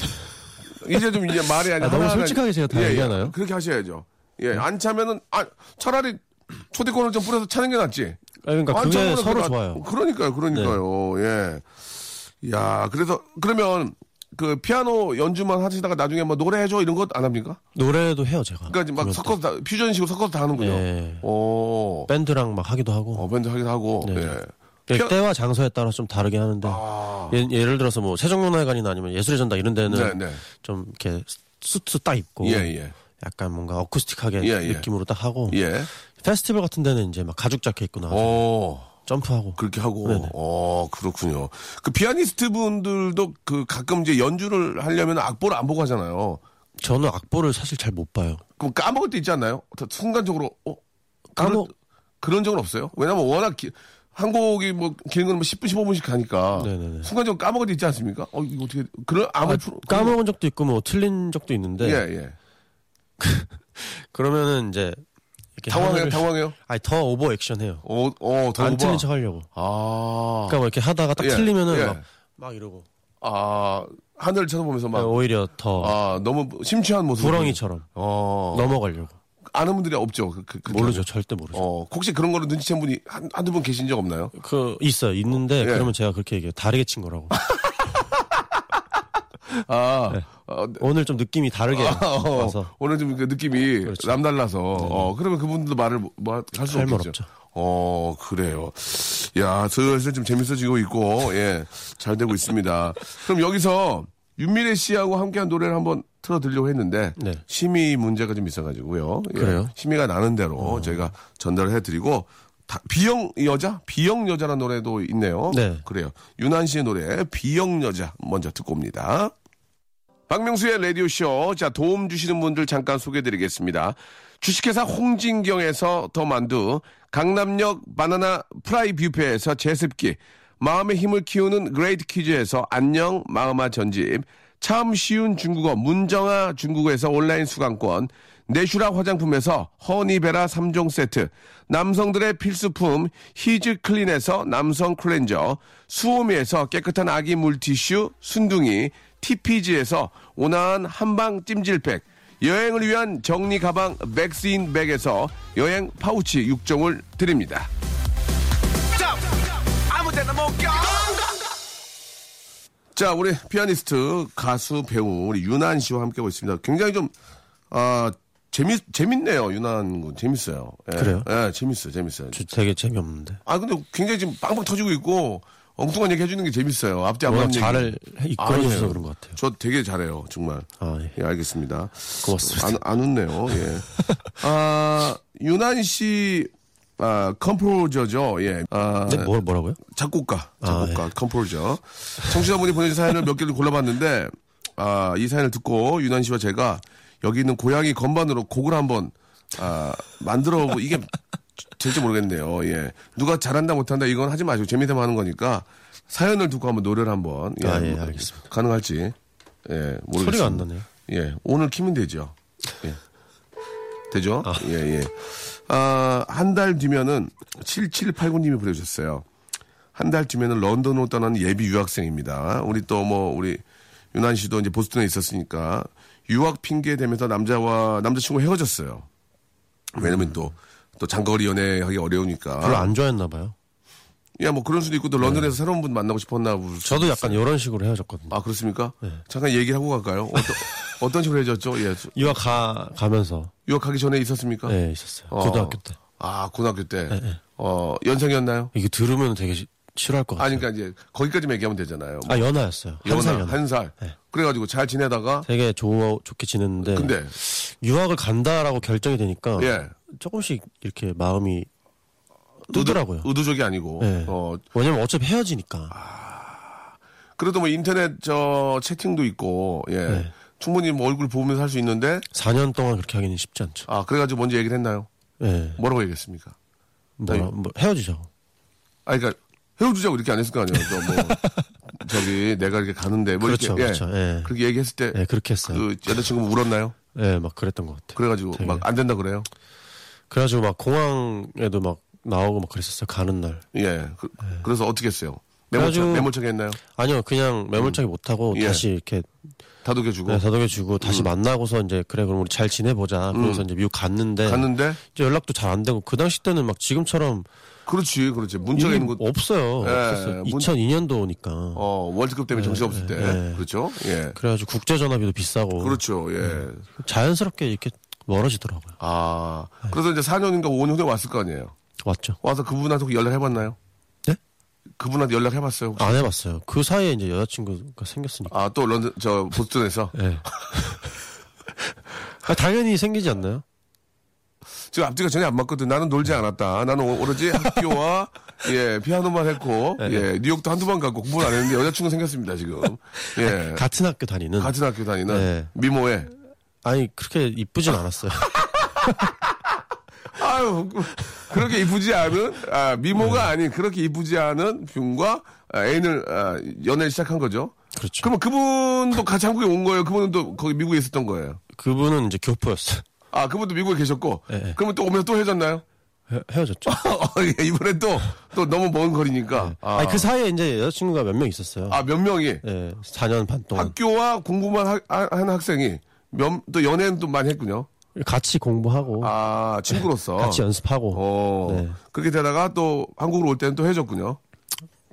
[SPEAKER 3] 이제 좀 이제 말이 아니라
[SPEAKER 4] 아, 너무
[SPEAKER 3] 하나하나-
[SPEAKER 4] 솔직하게 제가 다
[SPEAKER 3] 예, 예.
[SPEAKER 4] 얘기하나요? 네.
[SPEAKER 3] 그렇게 하셔야죠. 예. 안 차면은 아, 차라리 초대권을 좀 뿌려서 차는 게 낫지.
[SPEAKER 4] 아니, 그러니까
[SPEAKER 3] 아,
[SPEAKER 4] 그게
[SPEAKER 3] 저거는
[SPEAKER 4] 서로
[SPEAKER 3] 그거-
[SPEAKER 4] 좋아요. 네.
[SPEAKER 3] 그러니까요, 그러니까요. 예. 야, 그래서 그러면 그 피아노 연주만 하시다가 나중에 뭐 노래해줘 이런 것 안 합니까?
[SPEAKER 4] 노래도 해요 제가.
[SPEAKER 3] 그러니까 이제 막
[SPEAKER 4] 그것도.
[SPEAKER 3] 섞어서 다, 퓨전식으로 섞어서 다 하는군요.
[SPEAKER 4] 예.
[SPEAKER 3] 오,
[SPEAKER 4] 밴드랑 막 하기도 하고
[SPEAKER 3] 어, 밴드 하기도 하고.
[SPEAKER 4] 네.
[SPEAKER 3] 예.
[SPEAKER 4] 그러니까
[SPEAKER 3] 피아-
[SPEAKER 4] 때와 장소에 따라서 좀 다르게 하는데
[SPEAKER 3] 아,
[SPEAKER 4] 예, 를 들어서 뭐 세종문화회관이나 아니면 예술의 전당 이런 데는
[SPEAKER 3] 네, 네.
[SPEAKER 4] 좀 이렇게 수트 딱 입고
[SPEAKER 3] 예, 예.
[SPEAKER 4] 약간 뭔가 어쿠스틱하게
[SPEAKER 3] 예, 예.
[SPEAKER 4] 느낌으로 딱 하고
[SPEAKER 3] 예.
[SPEAKER 4] 페스티벌 같은 데는 이제 막 가죽 자켓 입고 나와서
[SPEAKER 3] 오,
[SPEAKER 4] 점프하고
[SPEAKER 3] 어, 그렇게 하고.
[SPEAKER 4] 네네.
[SPEAKER 3] 어, 그렇군요. 그 피아니스트 분들도 그 가끔 이제 연주를 하려면 악보를 안 보고 하잖아요.
[SPEAKER 4] 저는 악보를 사실 잘 못 봐요.
[SPEAKER 3] 그럼 까먹을 때 있지 않나요? 순간적으로 어
[SPEAKER 4] 까먹-
[SPEAKER 3] 그런, 그런 적은 없어요. 왜냐면 워낙 기- 한 곡이 뭐 길은 건뭐 10분 15분씩 가니까
[SPEAKER 4] 네네네.
[SPEAKER 3] 순간적으로 까먹을 때 있지 않습니까? 어 이거 어떻게 그런 아무
[SPEAKER 4] 아,
[SPEAKER 3] 프로-
[SPEAKER 4] 까먹은 적도 있고 뭐 틀린 적도 있는데
[SPEAKER 3] 예 예.
[SPEAKER 4] 그러면은 이제 이렇게
[SPEAKER 3] 당황해요,
[SPEAKER 4] 하나를-
[SPEAKER 3] 당황해요.
[SPEAKER 4] 아니 더 오버 액션 해요.
[SPEAKER 3] 어어더
[SPEAKER 4] 네. 안 틀린 척 하려고.
[SPEAKER 3] 아.
[SPEAKER 4] 그러니까 뭐 이렇게 하다가 딱
[SPEAKER 3] 예,
[SPEAKER 4] 틀리면은
[SPEAKER 3] 예.
[SPEAKER 4] 막, 막 이러고
[SPEAKER 3] 아 하늘을 쳐다보면서 막
[SPEAKER 4] 네, 오히려 더
[SPEAKER 3] 아, 너무 심취한 모습.
[SPEAKER 4] 부렁이처럼
[SPEAKER 3] 어.
[SPEAKER 4] 넘어가려고
[SPEAKER 3] 아는 분들이 없죠. 그, 그, 그렇게
[SPEAKER 4] 모르죠
[SPEAKER 3] 하면.
[SPEAKER 4] 절대 모르죠.
[SPEAKER 3] 어, 혹시 그런 거를 눈치챈 분이 한, 한두 분 계신 적 없나요?
[SPEAKER 4] 그 있어요 있는데
[SPEAKER 3] 예.
[SPEAKER 4] 그러면 제가 그렇게 얘기해요 다르게 친 거라고
[SPEAKER 3] 아, 어,
[SPEAKER 4] 오늘 좀 느낌이 다르게
[SPEAKER 3] 아, 어,
[SPEAKER 4] 와서
[SPEAKER 3] 오늘 좀 그 느낌이
[SPEAKER 4] 그렇죠.
[SPEAKER 3] 남달라서 어, 그러면 그분들도 말을 뭐할수
[SPEAKER 4] 할말
[SPEAKER 3] 없겠죠.
[SPEAKER 4] 없죠.
[SPEAKER 3] 어 그래요. 야 슬슬 좀 재밌어지고 있고 예잘 되고 있습니다. 그럼 여기서 윤미래 씨하고 함께한 노래를 한번 틀어드리려고 했는데
[SPEAKER 4] 네.
[SPEAKER 3] 심의 문제가 좀 있어가지고요. 예,
[SPEAKER 4] 그래요? 어.
[SPEAKER 3] 심의가 나는 대로 저희가 전달을 해드리고 다- 비영 여자 비영 여자라는 노래도 있네요.
[SPEAKER 4] 네.
[SPEAKER 3] 그래요. 유난 씨의 노래 비영 여자 먼저 듣고 옵니다. 박명수의 라디오쇼. 자, 도움 주시는 분들 잠깐 소개해드리겠습니다. 주식회사 홍진경에서 더 만두, 강남역 바나나 프라이 뷔페에서 제습기, 마음의 힘을 키우는 그레이트 퀴즈에서 안녕 마음아 전집, 참 쉬운 중국어 문정아 중국어에서 온라인 수강권, 내슈라 화장품에서 허니베라 3종 세트, 남성들의 필수품 히즈 클린에서 남성 클렌저, 수오미에서 깨끗한 아기 물티슈, 순둥이, TPG에서 온화한 한방 찜질팩, 여행을 위한 정리 가방 맥스인 백에서 여행 파우치 6종을 드립니다. 자, 우리 피아니스트, 가수, 배우, 우리 유난 씨와 함께하고 있습니다. 굉장히 좀, 아, 재밌, 재밌네요, 유난 군. 재밌어요. 예.
[SPEAKER 4] 그래요?
[SPEAKER 3] 예, 재밌어요, 재밌어요.
[SPEAKER 4] 저 되게 재미없는데
[SPEAKER 3] 아, 근데 굉장히 지금 빵빵 터지고 있고, 엉뚱한 얘기 해주는 게 재밌어요. 앞뒤 안
[SPEAKER 4] 아, 워낙
[SPEAKER 3] 맞는
[SPEAKER 4] 잘을 이끌어줘서
[SPEAKER 3] 아니에요. 예.
[SPEAKER 4] 그런 것 같아요.
[SPEAKER 3] 저 되게 잘해요, 정말.
[SPEAKER 4] 아, 예.
[SPEAKER 3] 예, 알겠습니다.
[SPEAKER 4] 고맙습니다.
[SPEAKER 3] 안, 안 웃네요, 예. 아, 유난 씨, 아, 컴포저죠, 예. 아,
[SPEAKER 4] 근데 뭐, 뭐라고요?
[SPEAKER 3] 작곡가,
[SPEAKER 4] 아, 예.
[SPEAKER 3] 작곡가, 컴포저. 청취자분이 보내주신 사연을 몇 개를 골라봤는데, 아, 이 사연을 듣고 유난 씨와 제가 여기 있는 고양이 건반으로 곡을 한번, 아, 만들어, 보- 이게 될지 모르겠네요. 예. 누가 잘한다 못한다 이건 하지 마시고 재미삼아 하는 거니까 사연을 듣고 한번 노래를 한번
[SPEAKER 4] 아, 예,
[SPEAKER 3] 뭐
[SPEAKER 4] 알겠습니다.
[SPEAKER 3] 가능할지 예 모르겠습니다.
[SPEAKER 4] 소리가 안 나네요.
[SPEAKER 3] 예 오늘 키면 되죠. 예. 되죠? 예, 예. 아, 한 달 뒤면은 7789님이 보내주셨어요. 한 달 뒤면은 런던으로 떠난 예비 유학생입니다. 우리 또 뭐, 우리 유난 씨도 이제 보스턴에 있었으니까 유학 핑계 대면서 남자와, 남자친구 헤어졌어요. 왜냐면 또, 또 장거리 연애하기 어려우니까.
[SPEAKER 4] 별로 안 좋아했나 봐요.
[SPEAKER 3] 야, 뭐 그런 수도 있고 또 런던에서 새로운 분 만나고 싶었나. 볼 수도
[SPEAKER 4] 저도
[SPEAKER 3] 있어요.
[SPEAKER 4] 약간 네. 이런 식으로 헤어졌거든요.
[SPEAKER 3] 아, 그렇습니까? 잠깐 얘기를 하고 갈까요? 어떤, 어떤 식으로 헤어졌죠? 예.
[SPEAKER 4] 유학 가 가면서
[SPEAKER 3] 유학하기 전에 있었습니까?
[SPEAKER 4] 네, 있었어요.
[SPEAKER 3] 어.
[SPEAKER 4] 고등학교 때. 네,
[SPEAKER 3] 아, 고등학교 때. 어, 연상이었나요?
[SPEAKER 4] 이게 들으면 되게 시- 싫어할 것
[SPEAKER 3] 아니,
[SPEAKER 4] 같아요.
[SPEAKER 3] 그러니까 이제 거기까지만 얘기하면 되잖아요. 뭐
[SPEAKER 4] 아 연하였어요.
[SPEAKER 3] 연하,
[SPEAKER 4] 한살 연하. 네.
[SPEAKER 3] 한 살. 그래가지고 잘 지내다가.
[SPEAKER 4] 되게 좋아 좋게 지냈는데
[SPEAKER 3] 근데,
[SPEAKER 4] 유학을 간다라고 결정이 되니까
[SPEAKER 3] 예.
[SPEAKER 4] 조금씩 이렇게 마음이 뜨더라고요.
[SPEAKER 3] 의도적이 아니고.
[SPEAKER 4] 네.
[SPEAKER 3] 어, 아.
[SPEAKER 4] 왜냐면 어차피 헤어지니까.
[SPEAKER 3] 그래도 뭐 인터넷 저 채팅도 있고, 예.
[SPEAKER 4] 네.
[SPEAKER 3] 충분히 뭐 얼굴 보면서 할 수 있는데,
[SPEAKER 4] 4년 동안 그렇게 하기는 쉽지 않죠.
[SPEAKER 3] 아, 그래가지고 먼저 얘기를 했나요?
[SPEAKER 4] 예.
[SPEAKER 3] 뭐라고 얘기했습니까?
[SPEAKER 4] 뭐라- 뭐, 헤어지죠.
[SPEAKER 3] 아, 그러니까 헤어지자고 이렇게 안 했을 거 아니에요. 또 뭐, 저기 내가 이렇게 가는데, 뭐
[SPEAKER 4] 그렇죠,
[SPEAKER 3] 이렇게.
[SPEAKER 4] 그렇죠. 예.
[SPEAKER 3] 그렇게 얘기했을 때,
[SPEAKER 4] 예, 그렇게 했어요.
[SPEAKER 3] 그 여자친구 울었나요?
[SPEAKER 4] 예, 막 그랬던 것 같아요. 네.
[SPEAKER 3] 그래가지고
[SPEAKER 4] 되게.
[SPEAKER 3] 막 안 된다 그래요?
[SPEAKER 4] 그래가지고 막 공항에도 막 나오고 막 그랬었어요. 가는 날.
[SPEAKER 3] 예. 그, 래서 어떻게 했어요? 메모장,
[SPEAKER 4] 네. 그래가지고-
[SPEAKER 3] 메모장 했나요?
[SPEAKER 4] 아니요, 그냥 매몰차게 못하고
[SPEAKER 3] 예. 음.
[SPEAKER 4] 다시 이렇게
[SPEAKER 3] 다독여주고.
[SPEAKER 4] 네, 다독여주고 다시 만나고서 이제 그래 그럼 우리 잘 지내보자. 그래서 이제 미국 갔는데,
[SPEAKER 3] 음. 갔는데,
[SPEAKER 4] 이제 연락도 잘 안 되고 그 당시 때는 막 지금처럼
[SPEAKER 3] 그렇지, 그렇지. 문자가
[SPEAKER 4] 일이
[SPEAKER 3] 있는 것,
[SPEAKER 4] 없어요.
[SPEAKER 3] 예,
[SPEAKER 4] 없었어요.
[SPEAKER 3] 문-
[SPEAKER 4] 2002년도니까.
[SPEAKER 3] 어, 월드컵 때문에 정신 없을 때.
[SPEAKER 4] 예.
[SPEAKER 3] 그렇죠? 예.
[SPEAKER 4] 그래가지고 네. 국제 전화비도 비싸고
[SPEAKER 3] 그렇죠, 예.
[SPEAKER 4] 자연스럽게 이렇게 멀어지더라고요.
[SPEAKER 3] 아,
[SPEAKER 4] 네.
[SPEAKER 3] 그래서 이제 4년인가 5년 후에 왔을 거 아니에요?
[SPEAKER 4] 왔죠.
[SPEAKER 3] 와서 그분한테 혹시 연락해봤나요?
[SPEAKER 4] 네?
[SPEAKER 3] 그분한테 연락해봤어요? 혹시?
[SPEAKER 4] 안 해봤어요. 그 사이에 이제 여자친구가 생겼으니까.
[SPEAKER 3] 아, 또 런던, 저, 보스턴에서?
[SPEAKER 4] 예. 아, 당연히 생기지 않나요?
[SPEAKER 3] 지금 앞뒤가 전혀 안 맞거든. 나는 놀지 않았다. 나는 오- 오로지 학교와, 예, 피아노만 했고,
[SPEAKER 4] 네,
[SPEAKER 3] 예, 뉴욕도 한두 번 갔고 공부를 안 했는데 여자친구 생겼습니다, 지금. 예.
[SPEAKER 4] 같은 학교 다니는.
[SPEAKER 3] 같은 학교 다니는
[SPEAKER 4] 네.
[SPEAKER 3] 미모에.
[SPEAKER 4] 아니 그렇게 이쁘진 않았어요.
[SPEAKER 3] 아유, 그- 그렇게 이쁘지 않은, 아,
[SPEAKER 4] 네.
[SPEAKER 3] 미모가 아닌, 그렇게 이쁘지 않은 균과 아, 애인을, 아, 연애를 시작한 거죠.
[SPEAKER 4] 그렇죠.
[SPEAKER 3] 그러면 그분도 같이 한국에 온 거예요? 그분은 또 거기 미국에 있었던 거예요?
[SPEAKER 4] 그분은 이제 교포였어요.
[SPEAKER 3] 아, 그분도 미국에 계셨고.
[SPEAKER 4] 네, 네.
[SPEAKER 3] 그러면 또 오면서 또 헤어졌나요?
[SPEAKER 4] 헤- 헤어졌죠.
[SPEAKER 3] 어, 예, 이번엔 또, 또 너무 먼 거리니까. 아,
[SPEAKER 4] 아니 그 사이에 이제 여자친구가 몇 명 있었어요.
[SPEAKER 3] 아, 몇 명이.
[SPEAKER 4] 예, 4년 반 동안
[SPEAKER 3] 학교와 공부만 하, 하- 하는 학생이 몇, 또 연애는 또 많이 했군요.
[SPEAKER 4] 같이 공부하고
[SPEAKER 3] 아, 친구로서.
[SPEAKER 4] 같이 연습하고
[SPEAKER 3] 어,
[SPEAKER 4] 네.
[SPEAKER 3] 그렇게 되다가 또 한국으로 올 때는 또 헤어졌군요.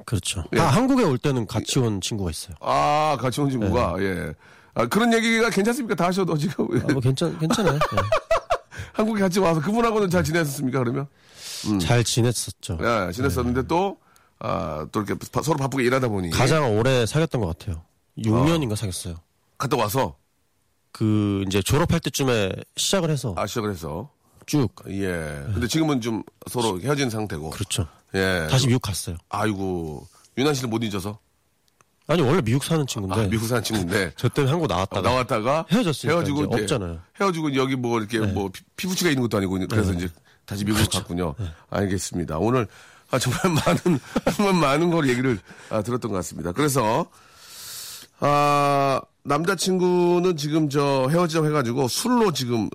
[SPEAKER 4] 그렇죠.
[SPEAKER 3] 예.
[SPEAKER 4] 아, 한국에 올 때는 같이 온 친구가 있어요.
[SPEAKER 3] 아, 같이 온 친구가, 예. 아, 그런 얘기가 괜찮습니까? 다 하셔도 지금.
[SPEAKER 4] 네. 아, 뭐 괜찮 괜찮아요. 예.
[SPEAKER 3] 한국에 같이 와서 그분하고는 잘 지냈었습니까, 그러면? 음.
[SPEAKER 4] 잘 지냈었죠.
[SPEAKER 3] 예, 지냈었는데 또, 아, 또 이렇게 바- 서로 바쁘게 일하다 보니.
[SPEAKER 4] 네. 가장 오래 사귀었던 것 같아요. 6년인가 사귀었어요.
[SPEAKER 3] 갔다 와서,
[SPEAKER 4] 그 이제 졸업할 때쯤에 시작을 해서
[SPEAKER 3] 아, 시작을 해서.
[SPEAKER 4] 쭉
[SPEAKER 3] 예. 근데 지금은 좀 서로 헤어진 상태고.
[SPEAKER 4] 네. 그렇죠.
[SPEAKER 3] 예.
[SPEAKER 4] 다시 미국 갔어요.
[SPEAKER 3] 아이고, 유난 씨는 못 잊어서.
[SPEAKER 4] 아니 원래 미국 사는 친구인데
[SPEAKER 3] 아, 미국 사는 친구인데.
[SPEAKER 4] 저 때문에 한국 나왔다가
[SPEAKER 3] 어, 나왔다가
[SPEAKER 4] 헤어졌으니까
[SPEAKER 3] 헤어지고
[SPEAKER 4] 이제 없잖아요. 네.
[SPEAKER 3] 헤어지고 여기 뭐 이렇게 뭐 피- 피부치가 있는 것도 아니고 그래서 이제 다시 미국
[SPEAKER 4] 그렇죠.
[SPEAKER 3] 갔군요.
[SPEAKER 4] 네.
[SPEAKER 3] 알겠습니다. 오늘 아, 정말 많은 정말 많은 걸 얘기를 아, 들었던 것 같습니다. 그래서 아 남자친구는 지금 저 헤어지자고 해가지고 술로 지금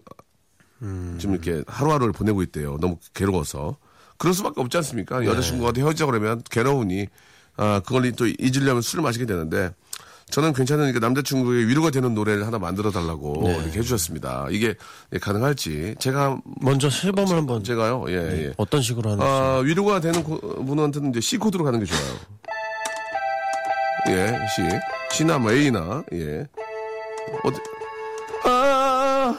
[SPEAKER 3] 지금 이렇게 하루하루를 보내고 있대요. 너무 괴로워서 그럴 수밖에 없지 않습니까? 여자친구가 헤어지자고 그러면 괴로우니 아 그걸 또 잊으려면 술을 마시게 되는데 저는 괜찮으니까 남자친구에게 위로가 되는 노래를 하나 만들어 달라고 이렇게 해주셨습니다. 이게 가능할지 제가
[SPEAKER 4] 먼저 실범을 한번
[SPEAKER 3] 제가요 예 예.
[SPEAKER 4] 어떤 식으로 하는지
[SPEAKER 3] 아, 위로가 되는 고- 분한테는 이제 C 코드로 가는 게 좋아요. 예, C. C나 뭐 A나, 예. 어디, 아,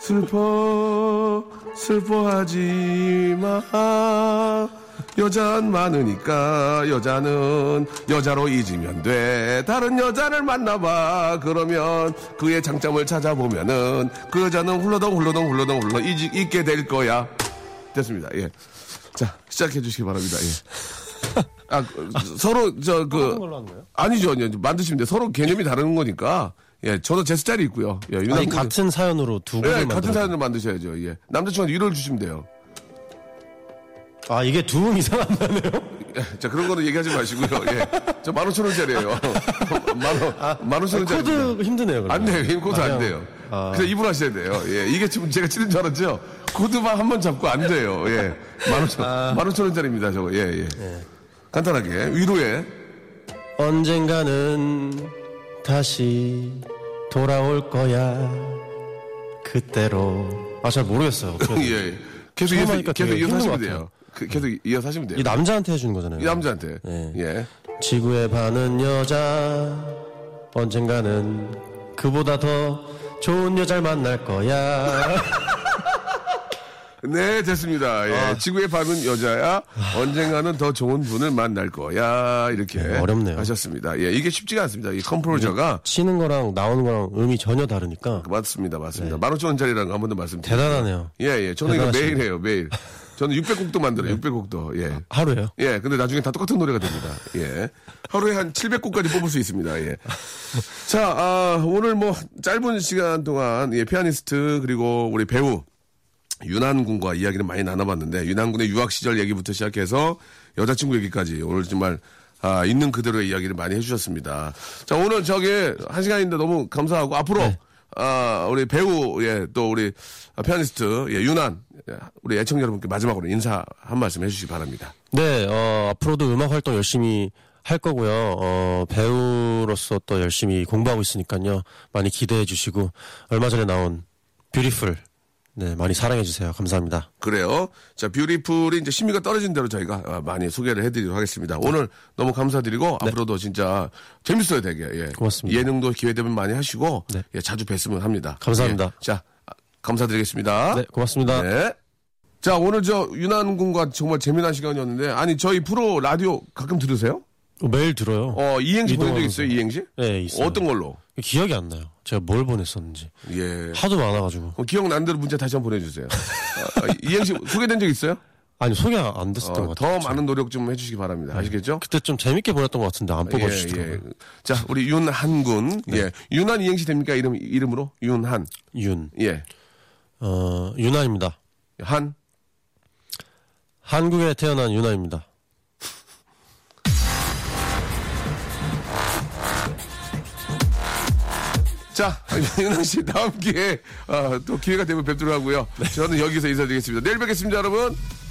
[SPEAKER 3] 슬퍼, 슬퍼하지 마. 여잔 많으니까 여자는 여자로 잊으면 돼. 다른 여자를 만나봐. 그러면 그의 장점을 찾아보면은 그 여자는 훌러덩 훌러덩 훌러덩 훌러 잊- 잊게 될 거야. 됐습니다. 예. 자, 시작해 주시기 바랍니다. 예. 아, 그, 서로, 저, 그. 아니죠. 아니요. 만드시면 돼. 서로 개념이 다른 거니까. 예, 저는 제 스타일이 있고요. 예, 유난
[SPEAKER 4] 아니 같은 사연으로 두
[SPEAKER 3] 예,
[SPEAKER 4] 분을
[SPEAKER 3] 같은
[SPEAKER 4] 만들어
[SPEAKER 3] 사연을 만드셔야죠. 예. 남자친구한테 위로를 주시면 돼요.
[SPEAKER 4] 아 이게 두음 이상 안 나네요.
[SPEAKER 3] 예, 자, 그런 거는 얘기하지 마시고요. 예. 저 15,000원짜리예요. 만원, 만원짜리.
[SPEAKER 4] 코드 힘드네요. 그러면.
[SPEAKER 3] 안 돼요. 이 코드 안
[SPEAKER 4] 맞아요.
[SPEAKER 3] 돼요. 그냥 입으로 하셔야 돼요. 예. 이게 지금 제가 치는 줄 알았죠? 코드만 한 번 잡고 안 돼요. 예. 만오천,
[SPEAKER 4] 아.
[SPEAKER 3] 만오천원짜리입니다. 저거. 예, 예. 간단하게. 위로에.
[SPEAKER 4] 언젠가는 다시 돌아올 거야. 그때로. 아 잘
[SPEAKER 3] 예,
[SPEAKER 4] 모르겠어요. 어떻게 해야 돼요.
[SPEAKER 3] 예. 계속
[SPEAKER 4] 처음
[SPEAKER 3] 이어서,
[SPEAKER 4] 하니까
[SPEAKER 3] 계속
[SPEAKER 4] 되게
[SPEAKER 3] 이어서
[SPEAKER 4] 힘든
[SPEAKER 3] 하시면
[SPEAKER 4] 것
[SPEAKER 3] 돼요.
[SPEAKER 4] 같아요.
[SPEAKER 3] 그- 계속 이어서 하시면 돼요.
[SPEAKER 4] 이 남자한테 해주는 거잖아요.
[SPEAKER 3] 이 남자한테.
[SPEAKER 4] 네.
[SPEAKER 3] 예.
[SPEAKER 4] 지구의 반은 여자. 언젠가는 그보다 더 좋은 여자를 만날 거야.
[SPEAKER 3] 네, 됐습니다. 예.
[SPEAKER 4] 아.
[SPEAKER 3] 지구의 밤은 여자야. 언젠가는 더 좋은 분을 만날 거야. 이렇게.
[SPEAKER 4] 네, 어렵네요.
[SPEAKER 3] 하셨습니다. 예. 이게 쉽지가 않습니다. 이 컴포저가.
[SPEAKER 4] 치는 거랑 나오는 거랑 음이 전혀 다르니까
[SPEAKER 3] 맞습니다. 맞습니다. 만 15,000원짜리라는 거한번 더 말씀드릴게요.
[SPEAKER 4] 네. 대단하네요.
[SPEAKER 3] 예, 예. 저는 이거
[SPEAKER 4] 대단하시네.
[SPEAKER 3] 매일 해요, 매일. 저는 600곡도
[SPEAKER 4] 네.
[SPEAKER 3] 만들어요, 600곡도.
[SPEAKER 4] 아.
[SPEAKER 3] 예.
[SPEAKER 4] 하루에요.
[SPEAKER 3] 예, 근데 나중에 다 똑같은 노래가 됩니다. 예. 하루에 한 700곡까지 뽑을 수 있습니다. 예. 자, 아, 오늘 뭐, 짧은 시간 동안, 예, 피아니스트, 그리고 우리 배우, 유난 군과 이야기를 많이 나눠봤는데, 유난 군의 유학 시절 얘기부터 시작해서, 여자친구 얘기까지, 오늘 정말, 아, 있는 그대로의 이야기를 많이 해주셨습니다. 자, 오늘 저기, 한 시간인데 너무 감사하고, 앞으로, 아, 우리 배우, 예, 또 우리 피아니스트, 예, 유난, 예, 우리 애청자 여러분께 마지막으로 인사 한 말씀 해주시기 바랍니다.
[SPEAKER 4] 네, 어, 앞으로도 음악 활동 열심히 할 거고요. 어, 배우로서 또 열심히 공부하고 있으니까요. 많이 기대해 주시고 얼마 전에 나온 뷰티풀 네, 많이 사랑해 주세요. 감사합니다.
[SPEAKER 3] 그래요. 자, 뷰티풀이 이제 심의가 떨어진 대로 저희가 아, 많이 소개를 해드리도록
[SPEAKER 4] 네.
[SPEAKER 3] 하겠습니다. 오늘 너무 감사드리고 앞으로도 진짜 재밌어요, 되게. 예.
[SPEAKER 4] 고맙습니다.
[SPEAKER 3] 예능도 기회되면 많이 하시고
[SPEAKER 4] 네.
[SPEAKER 3] 예, 자주 뵀으면 합니다.
[SPEAKER 4] 감사합니다.
[SPEAKER 3] 예. 자, 아, 감사드리겠습니다.
[SPEAKER 4] 네, 고맙습니다.
[SPEAKER 3] 네. 자, 오늘 저 유난 군과 정말 재미난 시간이었는데 아니 저희 프로 라디오 가끔 들으세요?
[SPEAKER 4] 어, 매일 들어요.
[SPEAKER 3] 어, 이행시 보낸 적
[SPEAKER 4] 이동하면서.
[SPEAKER 3] 있어요, 이행시?
[SPEAKER 4] 네, 있어요.
[SPEAKER 3] 어떤 걸로?
[SPEAKER 4] 기억이 안 나요. 제가 뭘 보냈었는지.
[SPEAKER 3] 예.
[SPEAKER 4] 하도 많아 가지고.
[SPEAKER 3] 그럼 기억난 대로 문제 다시 한번 보내주세요. 아, 아, 이행시 소개된 적 있어요?
[SPEAKER 4] 아니, 소개가 안 됐었던
[SPEAKER 3] 어,
[SPEAKER 4] 것
[SPEAKER 3] 더
[SPEAKER 4] 같아요.
[SPEAKER 3] 많은 노력 좀 해주시기 바랍니다. 아시겠죠?
[SPEAKER 4] 그때 좀 재밌게 네. 보냈던 것 같은데 안 뽑아
[SPEAKER 3] 예, 예.
[SPEAKER 4] 주시더라고요.
[SPEAKER 3] 자, 우리 윤한군.
[SPEAKER 4] 네.
[SPEAKER 3] 예. 윤한 이행시 됩니까? 이름, 이름으로? 윤한.
[SPEAKER 4] 윤.
[SPEAKER 3] 예.
[SPEAKER 4] 어, 윤아입니다.
[SPEAKER 3] 한.
[SPEAKER 4] 한국에 태어난 윤아입니다.
[SPEAKER 3] 자, 윤한 씨 어,
[SPEAKER 4] 네.
[SPEAKER 3] 다음 기회에 아, 또 기회가 되면 뵙도록 하고요. 저는 여기서 인사드리겠습니다. 내일 뵙겠습니다, 여러분.